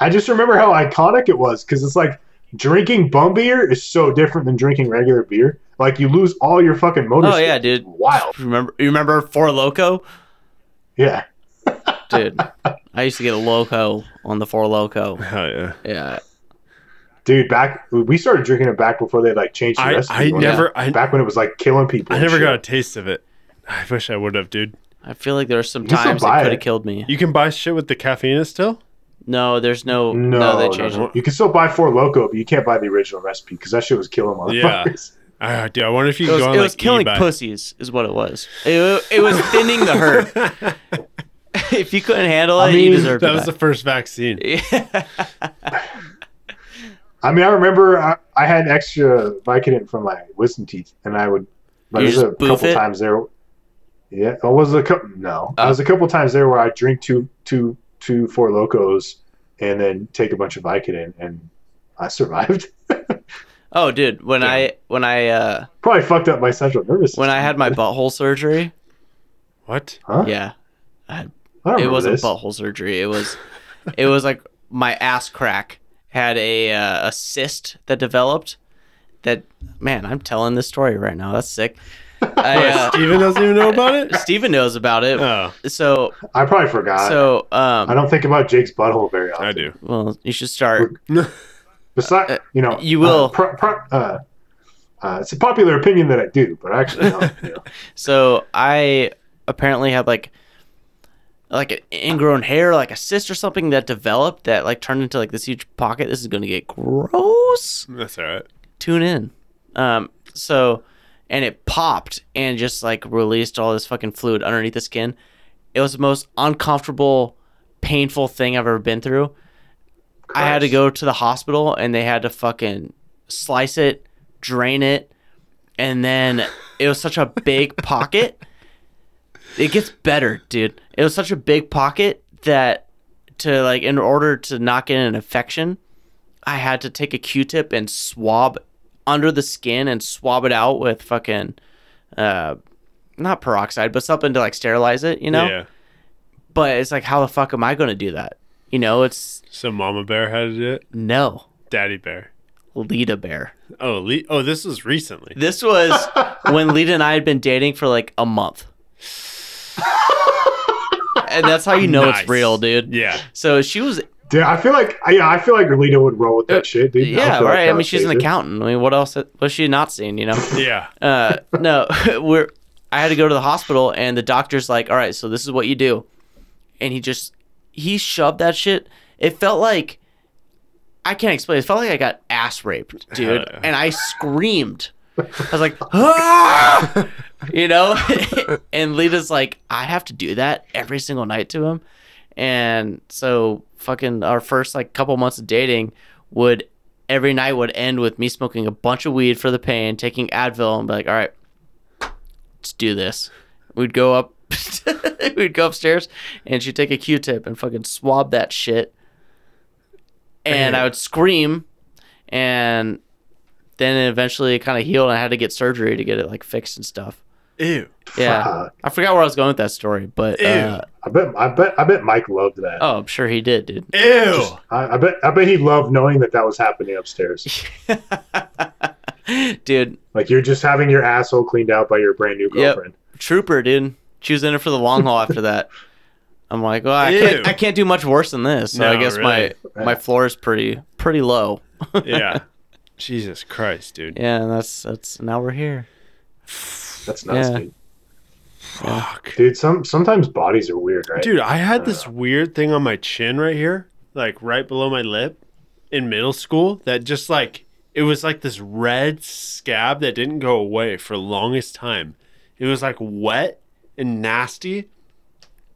Speaker 4: I just remember how iconic it was because it's like drinking bum beer is so different than drinking regular beer. Like you lose all your fucking motor.
Speaker 2: oh yeah,
Speaker 4: skills.
Speaker 2: dude.
Speaker 4: Wild.
Speaker 2: Remember, you remember Four Loco,
Speaker 4: Yeah.
Speaker 2: dude? I used to get a loco on the Four Loco.
Speaker 3: Hell yeah.
Speaker 2: Yeah,
Speaker 4: Dude, back we started drinking it back before they like changed the
Speaker 3: I,
Speaker 4: recipe.
Speaker 3: I
Speaker 4: when-
Speaker 3: never I,
Speaker 4: back when it was like killing people.
Speaker 3: I
Speaker 4: and
Speaker 3: never
Speaker 4: shit.
Speaker 3: got a taste of it. I wish I would have, dude.
Speaker 2: I feel like there are some
Speaker 4: You still
Speaker 2: times it
Speaker 4: buy
Speaker 2: could have
Speaker 4: it.
Speaker 2: killed me.
Speaker 3: You can buy shit with the caffeine still.
Speaker 2: No, there's no. No,
Speaker 4: No,
Speaker 2: they
Speaker 4: no,
Speaker 2: changed.
Speaker 4: no.
Speaker 2: it.
Speaker 4: You can still buy four loco, but you can't buy the original recipe because that shit was killing
Speaker 3: Yeah.
Speaker 4: motherfuckers.
Speaker 3: Ah, dude, I wonder if you
Speaker 2: It
Speaker 3: can
Speaker 2: was,
Speaker 3: go on
Speaker 2: it
Speaker 3: like
Speaker 2: was killing
Speaker 3: eBay.
Speaker 2: pussies, is what it was. It, it was thinning the herd. if you couldn't handle it,
Speaker 4: I
Speaker 2: you
Speaker 4: mean,
Speaker 2: deserved
Speaker 3: That was
Speaker 2: that.
Speaker 3: the first vaccine.
Speaker 4: I mean, I remember I, I had extra Vicodin from my wisdom teeth, and I would. Like,
Speaker 2: You
Speaker 4: there's
Speaker 2: just
Speaker 4: a
Speaker 2: boof
Speaker 4: couple
Speaker 2: it?
Speaker 4: times there. Yeah, I was a couple. No,
Speaker 2: Oh.
Speaker 4: I was a couple times there where I drink two, two, two, four locos, and then take a bunch of Vicodin, and I survived.
Speaker 2: oh, dude, when I when I uh,
Speaker 4: Probably fucked up my central nervous system.
Speaker 2: when I had my butthole surgery,
Speaker 3: What?
Speaker 4: Huh?
Speaker 2: yeah,
Speaker 4: I don't
Speaker 2: it
Speaker 4: remember
Speaker 2: wasn't
Speaker 4: this.
Speaker 2: butthole surgery. It was, it was like my ass crack had a uh, a cyst that developed. That man, I'm telling this story right now. That's sick. I, uh,
Speaker 3: Oh, Steven doesn't even know about it?
Speaker 2: Steven knows about it.
Speaker 3: Oh,
Speaker 2: So
Speaker 4: I probably forgot.
Speaker 2: so um,
Speaker 4: I don't think about Jake's butthole very often.
Speaker 3: I do.
Speaker 2: Well, you should start.
Speaker 4: Besides, you know,
Speaker 2: Uh, you will.
Speaker 4: uh, pro- pro- uh, Uh, it's a popular opinion that I do, but I actually don't. you know.
Speaker 2: So I apparently had like like an ingrown hair, like a cyst or something that developed that like turned into like this huge pocket. This is gonna get gross.
Speaker 3: That's all right.
Speaker 2: Tune in. Um, so and it popped and just like released all this fucking fluid underneath the skin. It was the most uncomfortable, painful thing I've ever been through. I had to go to the hospital and they had to fucking slice it, drain it, and then it was such a big pocket. It gets better, dude. It was such a big pocket that to like in order to not get an infection, I had to take a Q-tip and swab under the skin and swab it out with fucking uh not peroxide, but something to like sterilize it, you know?
Speaker 3: Yeah.
Speaker 2: But it's like how the fuck am I going to do that? You know, it's
Speaker 3: So Mama Bear had it.
Speaker 2: no.
Speaker 3: Daddy Bear.
Speaker 2: Lita Bear.
Speaker 3: Oh, Le- oh, this was recently.
Speaker 2: This was when Lita and I had been dating for like a month. and that's how you know
Speaker 3: Nice.
Speaker 2: it's real, dude.
Speaker 3: Yeah.
Speaker 2: So she was,
Speaker 4: Dude, I feel like yeah, I feel like Lita would roll with that shit, dude.
Speaker 2: Uh, yeah,
Speaker 4: I feel like
Speaker 2: right. I
Speaker 4: that
Speaker 2: mean,
Speaker 4: would
Speaker 2: she's an
Speaker 4: phase her.
Speaker 2: accountant. I mean, what else was she not seeing? You know,
Speaker 3: Yeah.
Speaker 2: uh, no, we're. I had to go to the hospital, and the doctor's like, "All right, so this is what you do," and he just he shoved that shit. It felt like I can't explain. It felt like I got ass raped, dude, and I screamed. I was like, "Ah!" you know, and Lita's like, I have to do that every single night to him, and so fucking our first like couple months of dating would every night would end with me smoking a bunch of weed for the pain, taking Advil, and be like, all right, let's do this. We'd go up, we'd go upstairs, and she'd take a Q-tip and fucking swab that shit, and I would scream, and then it eventually kind of healed, and I had to get surgery to get it like fixed and stuff.
Speaker 3: Ew.
Speaker 2: Yeah,
Speaker 4: Fuck.
Speaker 2: I forgot where I was going with that story, but uh,
Speaker 4: Uh, I bet I bet I bet Mike loved that.
Speaker 2: oh, I'm sure he did, dude.
Speaker 3: Ew.
Speaker 4: I, I bet I bet he loved knowing that that was happening upstairs.
Speaker 2: dude,
Speaker 4: like you're just having your asshole cleaned out by your brand new
Speaker 2: Yep.
Speaker 4: girlfriend.
Speaker 2: trooper, dude. She was in it for the long haul after that. I'm like, well, I
Speaker 3: Ew.
Speaker 2: can't, I can't do much worse than this. So I
Speaker 3: No,
Speaker 2: guess
Speaker 3: really.
Speaker 2: my my floor is pretty pretty low.
Speaker 3: yeah. Jesus Christ, dude.
Speaker 2: Yeah, and that's that's now we're here.
Speaker 4: That's nuts,
Speaker 2: Yeah.
Speaker 4: dude.
Speaker 3: Fuck.
Speaker 4: Dude, some sometimes bodies are weird, right?
Speaker 3: Dude, I had this weird thing on my chin right here, like right below my lip in middle school that just like it was like this red scab that didn't go away for the longest time. It was like wet and nasty.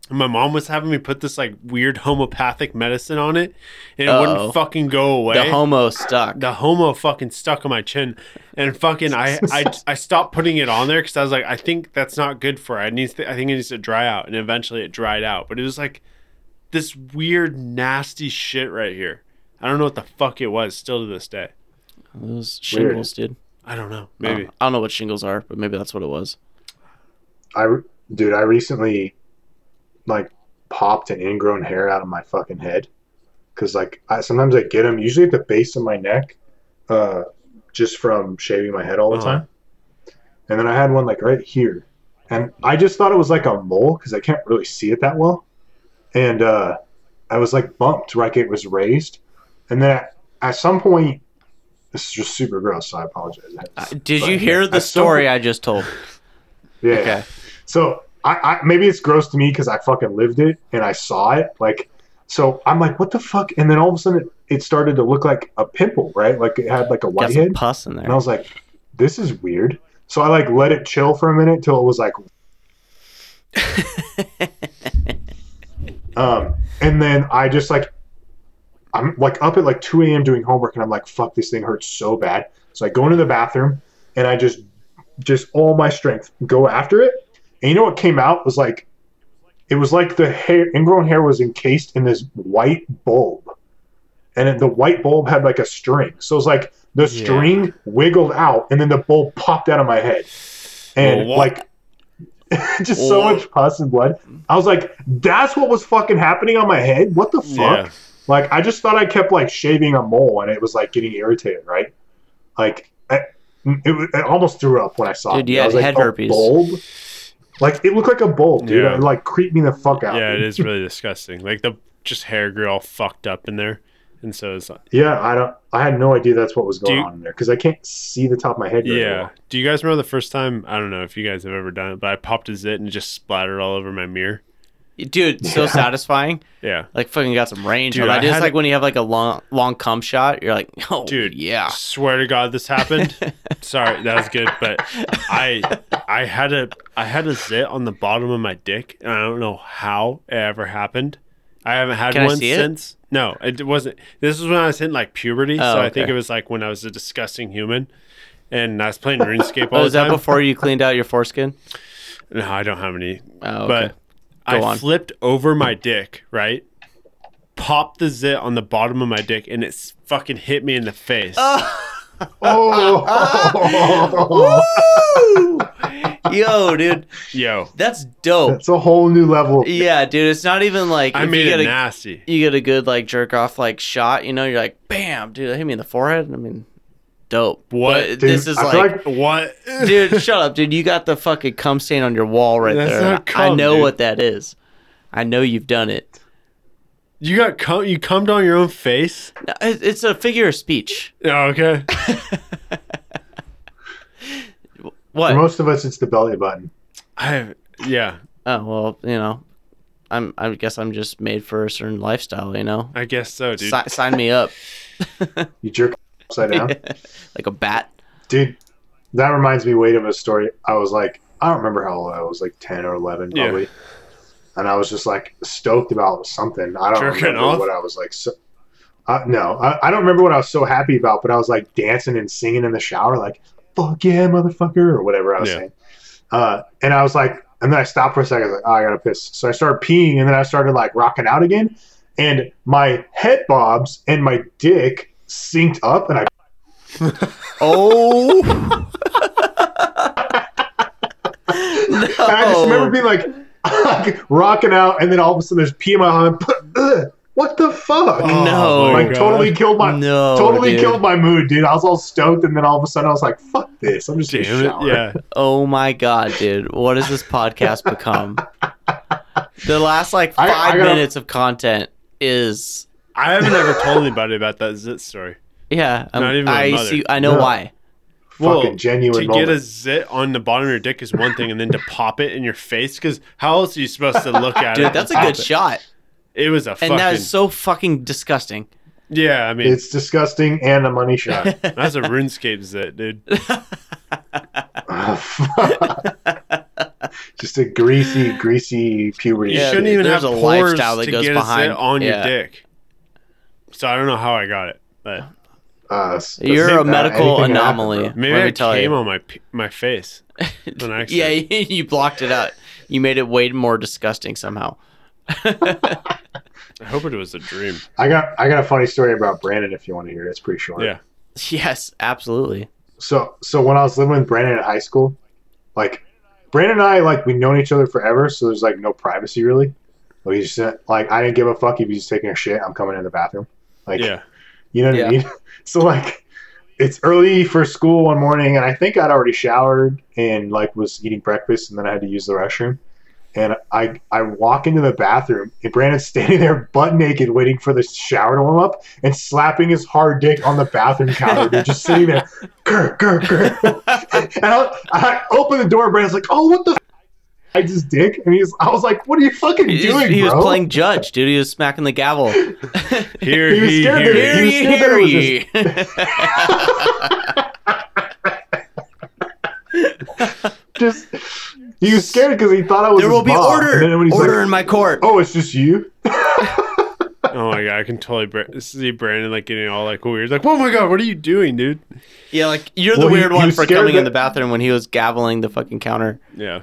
Speaker 3: And my mom was having me put this like weird homeopathic medicine on it and it
Speaker 2: Uh-oh.
Speaker 3: wouldn't fucking go away.
Speaker 2: The homo stuck.
Speaker 3: the homo fucking stuck on my chin and fucking I I, I stopped putting it on there because I was like I think that's not good for it. I needs to, I think it needs to dry out and eventually it dried out but it was like this weird nasty shit right here I don't know what the fuck it was still to this day
Speaker 2: It was shingles, dude.
Speaker 3: I don't know
Speaker 2: I don't-
Speaker 3: maybe
Speaker 2: I don't know what shingles are, but maybe that's what it was.
Speaker 4: I re- dude, I recently like popped an ingrown hair out of my fucking head because like I sometimes I get them usually at the base of my neck, uh, just from shaving my head all the
Speaker 3: Uh-huh.
Speaker 4: time. And then I had one like right here, and I just thought it was like a mole because I can't really see it that well, and uh, I was like bumped like it was raised, and then at, at some point. This is just super gross, so I apologize.
Speaker 2: Did you
Speaker 4: But-
Speaker 2: hear the
Speaker 4: At some
Speaker 2: story
Speaker 4: point-
Speaker 2: I just told?
Speaker 4: Yeah.
Speaker 2: Okay.
Speaker 4: So I, I maybe it's gross to me because I fucking lived it and I saw it. Like, so I'm like, what the fuck? And then all of a sudden, it, it started to look like a pimple, right? Like it had like a
Speaker 2: Got
Speaker 4: whitehead,
Speaker 2: some pus in
Speaker 4: and I
Speaker 2: there.
Speaker 4: was like, this is weird. So I like let it chill for a minute till it was like. um, and then I just like, I'm like up at like 2 a.m. doing homework, and I'm like, fuck, this thing hurts so bad. So I go into the bathroom, and I just, just all my strength go after it. And you know what came out was like, it was like the hair, ingrown hair was encased in this white bulb, and it, the white bulb had like a string. So it was like the
Speaker 3: Yeah.
Speaker 4: string wiggled out, and then the bulb popped out of my head, and
Speaker 3: Well, what-
Speaker 4: like. just so
Speaker 2: Well-
Speaker 4: much pus and blood. I was like, "That's what was fucking happening on my head. What the fuck?"
Speaker 3: yeah
Speaker 4: Like I just thought I kept like shaving a mole and it was like getting irritated, right? Like I, it, was- I almost threw up when I saw
Speaker 2: Dude,
Speaker 4: it.
Speaker 2: you
Speaker 4: I
Speaker 2: had
Speaker 4: was like,
Speaker 2: head
Speaker 4: "A
Speaker 2: herpes."
Speaker 4: bulb? Like it looked like a bulb, dude.
Speaker 3: Yeah.
Speaker 4: It like creeped me the fuck out.
Speaker 3: yeah it
Speaker 4: dude.
Speaker 3: is really disgusting like the just hair grew all fucked up in there and so it's like,
Speaker 4: Yeah, I don't. I had no idea that's what was going
Speaker 3: Do you-
Speaker 4: on in there because I can't see the top of my head. very
Speaker 3: yeah.
Speaker 4: well.
Speaker 3: Do you guys remember the first time? I don't know if you guys have ever done it, but I popped a zit and it just splattered all over my mirror.
Speaker 2: Dude, so satisfying.
Speaker 3: Yeah,
Speaker 2: Like fucking got some range.
Speaker 3: Dude,
Speaker 2: on that.
Speaker 3: I
Speaker 2: Just
Speaker 3: had
Speaker 2: like
Speaker 3: a-
Speaker 2: when you have like a long long cum shot, you're like, oh
Speaker 3: dude.
Speaker 2: yeah.
Speaker 3: Swear to God, this happened. Sorry, that was good, but I I had a I had a zit on the bottom of my dick, and I don't know how it ever happened. I haven't had
Speaker 2: Can I
Speaker 3: one
Speaker 2: see it?
Speaker 3: since. No, it wasn't. This was when I was hitting like puberty, so I
Speaker 2: Oh,
Speaker 3: think
Speaker 2: okay.
Speaker 3: it was like when I was a disgusting human, and I was playing RuneScape all
Speaker 2: Oh,
Speaker 3: the
Speaker 2: is that
Speaker 3: time.
Speaker 2: before you cleaned out your foreskin?
Speaker 3: No, I don't have any.
Speaker 2: Oh, okay.
Speaker 3: But I
Speaker 2: Go on.
Speaker 3: flipped over my dick, right? Popped the zit on the bottom of my dick, and it s- fucking hit me in the face.
Speaker 4: Oh,
Speaker 2: Woo! Yo, dude,
Speaker 3: Yo,
Speaker 2: that's dope.
Speaker 4: that's a whole new level. of-
Speaker 2: Yeah, dude, it's not even like
Speaker 3: I
Speaker 2: if you
Speaker 3: made it
Speaker 2: get a,
Speaker 3: nasty.
Speaker 2: you get a good like jerk off like shot, you know, you're like, bam, dude, that hit me in the forehead. I mean, dope.
Speaker 3: What?
Speaker 2: But
Speaker 3: Dude,
Speaker 2: this is
Speaker 4: I
Speaker 2: like,
Speaker 4: feel
Speaker 3: What?
Speaker 2: dude, shut up, dude. You got the fucking cum stain on your wall right
Speaker 3: That's
Speaker 2: there.
Speaker 3: not
Speaker 2: I
Speaker 3: cum,
Speaker 2: know
Speaker 3: dude.
Speaker 2: what that is. I know you've done it.
Speaker 3: You got cum- you cummed on your own face?
Speaker 2: No, it- It's a figure of speech.
Speaker 3: Yeah, okay.
Speaker 4: For
Speaker 2: What?
Speaker 4: most of us, it's the belly button.
Speaker 3: I yeah,
Speaker 2: Oh well, you know, I'm. I guess I'm just made for a certain lifestyle. You know,
Speaker 3: I guess so, dude.
Speaker 2: Si- sign me up
Speaker 4: You jerk upside down,
Speaker 2: like a bat.
Speaker 4: dude. That reminds me, wait of a story. I was like, I don't remember how old I was, like ten or eleven,
Speaker 3: Yeah.
Speaker 4: probably. And I was just like stoked about something. I don't
Speaker 3: Jerking
Speaker 4: remember
Speaker 3: off?
Speaker 4: what I was like. So, uh, no, I, I don't remember what I was so happy about, but I was like dancing and singing in the shower, like "fuck yeah, motherfucker" or whatever I was
Speaker 3: Yeah.
Speaker 4: saying. Uh, and I was like, and then I stopped for a second. I was like, oh, I gotta piss. So I started peeing, and then I started like rocking out again, and my head bobs and my dick synced up, and I
Speaker 2: Oh. no.
Speaker 4: And I just
Speaker 3: Oh.
Speaker 4: remember being like, like, rocking out, and then all of a sudden there's pee in my hand. Ugh, what the fuck?
Speaker 3: Oh
Speaker 2: No.
Speaker 4: like totally killed my
Speaker 2: no.
Speaker 4: totally
Speaker 2: dude.
Speaker 4: killed my mood, dude. I was all stoked, and then all of a sudden I was like, fuck this. I'm just
Speaker 3: Damn
Speaker 4: gonna
Speaker 3: it.
Speaker 4: shower.
Speaker 3: Yeah.
Speaker 2: Oh my god, dude. What has this podcast become? the last like
Speaker 4: I- I
Speaker 2: five
Speaker 4: gotta-
Speaker 2: minutes of content is
Speaker 3: I haven't ever told anybody about that zit story.
Speaker 2: yeah. um,
Speaker 3: Not even my
Speaker 2: I
Speaker 3: mother.
Speaker 2: see. I know
Speaker 4: No.
Speaker 2: why.
Speaker 4: Fucking genuine
Speaker 3: to
Speaker 4: moment.
Speaker 3: get a zit on the bottom of your dick is one thing, and then to pop it in your face, because how else are you supposed to look at it?
Speaker 2: Dude, that's a
Speaker 3: Pop
Speaker 2: good
Speaker 3: it.
Speaker 2: shot.
Speaker 3: It was a
Speaker 2: And
Speaker 3: fucking
Speaker 2: that is so fucking disgusting.
Speaker 3: yeah. I mean,
Speaker 4: it's disgusting and a money shot.
Speaker 3: that's a RuneScape zit, dude.
Speaker 4: just a greasy, greasy puberty.
Speaker 3: You
Speaker 2: Yeah,
Speaker 3: shouldn't
Speaker 4: shit.
Speaker 3: even
Speaker 2: there's
Speaker 3: have
Speaker 2: a
Speaker 3: pores
Speaker 2: lifestyle that
Speaker 3: to
Speaker 2: goes
Speaker 3: get
Speaker 2: behind-
Speaker 3: a zit on
Speaker 2: yeah.
Speaker 3: your dick. So I don't know how I got it, but
Speaker 4: Uh, s-
Speaker 2: You're
Speaker 4: uh,
Speaker 2: a medical
Speaker 4: anything can happen,
Speaker 2: anomaly.
Speaker 4: bro.
Speaker 3: maybe
Speaker 2: let me
Speaker 3: I
Speaker 2: tell
Speaker 3: came
Speaker 2: you.
Speaker 3: on my p- my face. on accident.
Speaker 2: Yeah, you blocked it out. You made it way more disgusting somehow.
Speaker 3: I hope it was a dream.
Speaker 4: I got I got a funny story about Brandon if you want to hear it. It's pretty short.
Speaker 3: Yeah.
Speaker 2: Yes, absolutely.
Speaker 4: so so when I was living with Brandon at high school, like Brandon and I like we've known each other forever, so there's like no privacy really. Like he just like I didn't give a fuck if he's taking a shit, I'm coming in the bathroom. Like
Speaker 3: Yeah.
Speaker 4: you know what
Speaker 2: Yeah.
Speaker 4: I mean? So like it's early for school one morning and I think I'd already showered and like was eating breakfast and then I had to use the restroom. And I I walk into the bathroom and Brandon's standing there butt naked waiting for the shower to warm up and slapping his hard dick on the bathroom counter. They're just sitting there, grr, grr, grr. and I, I open the door and Brandon's like, oh what the f-? I just dick and he's I was like, what are you fucking
Speaker 2: He,
Speaker 4: doing?
Speaker 2: he was
Speaker 4: bro?"
Speaker 2: playing judge, dude. He was smacking the gavel.
Speaker 3: Here
Speaker 4: He was
Speaker 3: he,
Speaker 4: scared
Speaker 3: here
Speaker 4: that
Speaker 3: he.
Speaker 4: it-
Speaker 2: Hear
Speaker 4: was
Speaker 2: ye,
Speaker 4: scared that
Speaker 2: hear
Speaker 4: it was
Speaker 2: ye.
Speaker 4: just he was scared because he thought I was
Speaker 2: There
Speaker 4: his
Speaker 2: will be
Speaker 4: mom.
Speaker 2: order.
Speaker 4: And then when he's
Speaker 2: Order
Speaker 4: like,
Speaker 2: in my court.
Speaker 4: Oh, it's just you.
Speaker 3: Oh my god, I can totally bra- see Brandon like getting all like weird. Like, oh my god, what are you doing, dude?
Speaker 2: Yeah, like you're the
Speaker 4: Well, he-
Speaker 2: weird
Speaker 4: he
Speaker 2: one
Speaker 4: was
Speaker 2: for
Speaker 4: scared
Speaker 2: coming in
Speaker 4: that-
Speaker 2: the bathroom when he was gaveling the fucking counter.
Speaker 3: Yeah.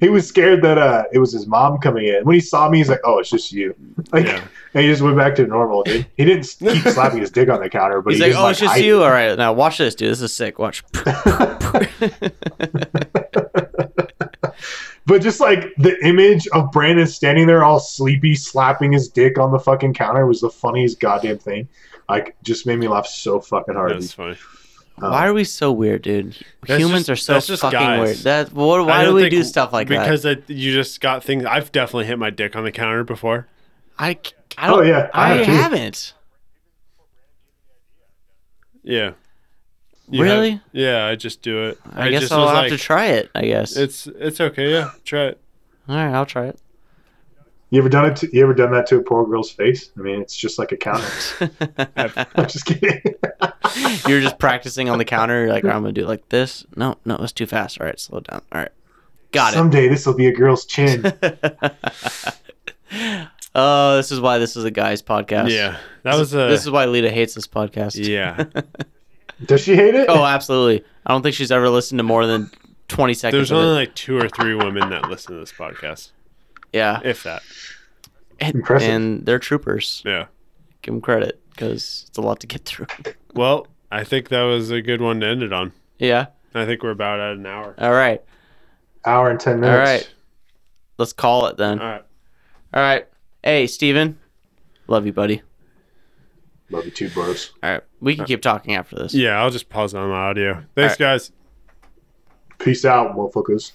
Speaker 4: He was scared that uh, it was his mom coming in. When he saw me, he's like, "Oh, it's just you." Like,
Speaker 3: Yeah.
Speaker 4: and he just went back to normal, dude. He didn't s- keep slapping his dick on the counter, but
Speaker 2: He's
Speaker 4: he
Speaker 2: like,
Speaker 4: just,
Speaker 2: "Oh, it's just
Speaker 4: I-
Speaker 2: you. All right, now watch this, dude. This is sick. Watch."
Speaker 4: But just like the image of Brandon standing there all sleepy, slapping his dick on the fucking counter was the funniest goddamn thing. Like, just made me laugh so fucking hard.
Speaker 3: That was funny.
Speaker 2: why are we so weird, dude?
Speaker 3: That's
Speaker 2: Humans
Speaker 3: just-
Speaker 2: are so
Speaker 3: that's just
Speaker 2: fucking
Speaker 3: guys.
Speaker 2: weird. That what,
Speaker 3: I
Speaker 2: why do
Speaker 3: don't
Speaker 2: we
Speaker 3: think-
Speaker 2: do stuff like
Speaker 3: because
Speaker 2: that?
Speaker 3: I- you just got things. I've definitely hit my dick on the counter before.
Speaker 2: I c- I don't.
Speaker 4: Oh, yeah, I
Speaker 2: I,
Speaker 4: have too.
Speaker 2: haven't.
Speaker 3: Yeah. You have-
Speaker 2: Really?
Speaker 3: yeah, I just do it.
Speaker 2: I, guess
Speaker 3: just
Speaker 2: I'll
Speaker 3: was
Speaker 2: have
Speaker 3: like,
Speaker 2: to try it. I guess.
Speaker 3: It's it's okay. Yeah, try it.
Speaker 2: All right, I'll try it.
Speaker 4: You ever done it? To, you ever done that to a poor girl's face? I mean, it's just like a counter. I'm just kidding.
Speaker 2: You're just practicing on the counter. You're like, I'm gonna do it like this. No, no, it's too fast. All right, slow down. All right, got it.
Speaker 4: Someday this will be a girl's chin.
Speaker 2: Oh, this is why this is a guys podcast.
Speaker 3: Yeah, that was a.
Speaker 2: this is why Lita hates this podcast.
Speaker 3: yeah,
Speaker 4: Does she hate it?
Speaker 2: Oh, absolutely. I don't think she's ever listened to more than 20 seconds.
Speaker 3: there's
Speaker 2: Of
Speaker 3: only
Speaker 2: it.
Speaker 3: like two or three women that listen to this podcast,
Speaker 2: yeah.
Speaker 3: if that.
Speaker 2: And,
Speaker 4: Impressive.
Speaker 2: and they're troopers.
Speaker 3: Yeah.
Speaker 2: Give them credit because it's a lot to get through.
Speaker 3: Well, I think that was a good one to end it on.
Speaker 2: yeah.
Speaker 3: I think we're about at an hour.
Speaker 2: All right.
Speaker 4: Hour and ten
Speaker 2: All
Speaker 4: minutes.
Speaker 2: right. Let's call it then.
Speaker 3: All right.
Speaker 2: All right. Hey, Steven. Love you, buddy.
Speaker 4: Love you too, bros.
Speaker 2: All right. We can keep talking after this.
Speaker 3: Yeah, I'll just pause on my audio. Thanks, guys.
Speaker 4: Peace out, motherfuckers.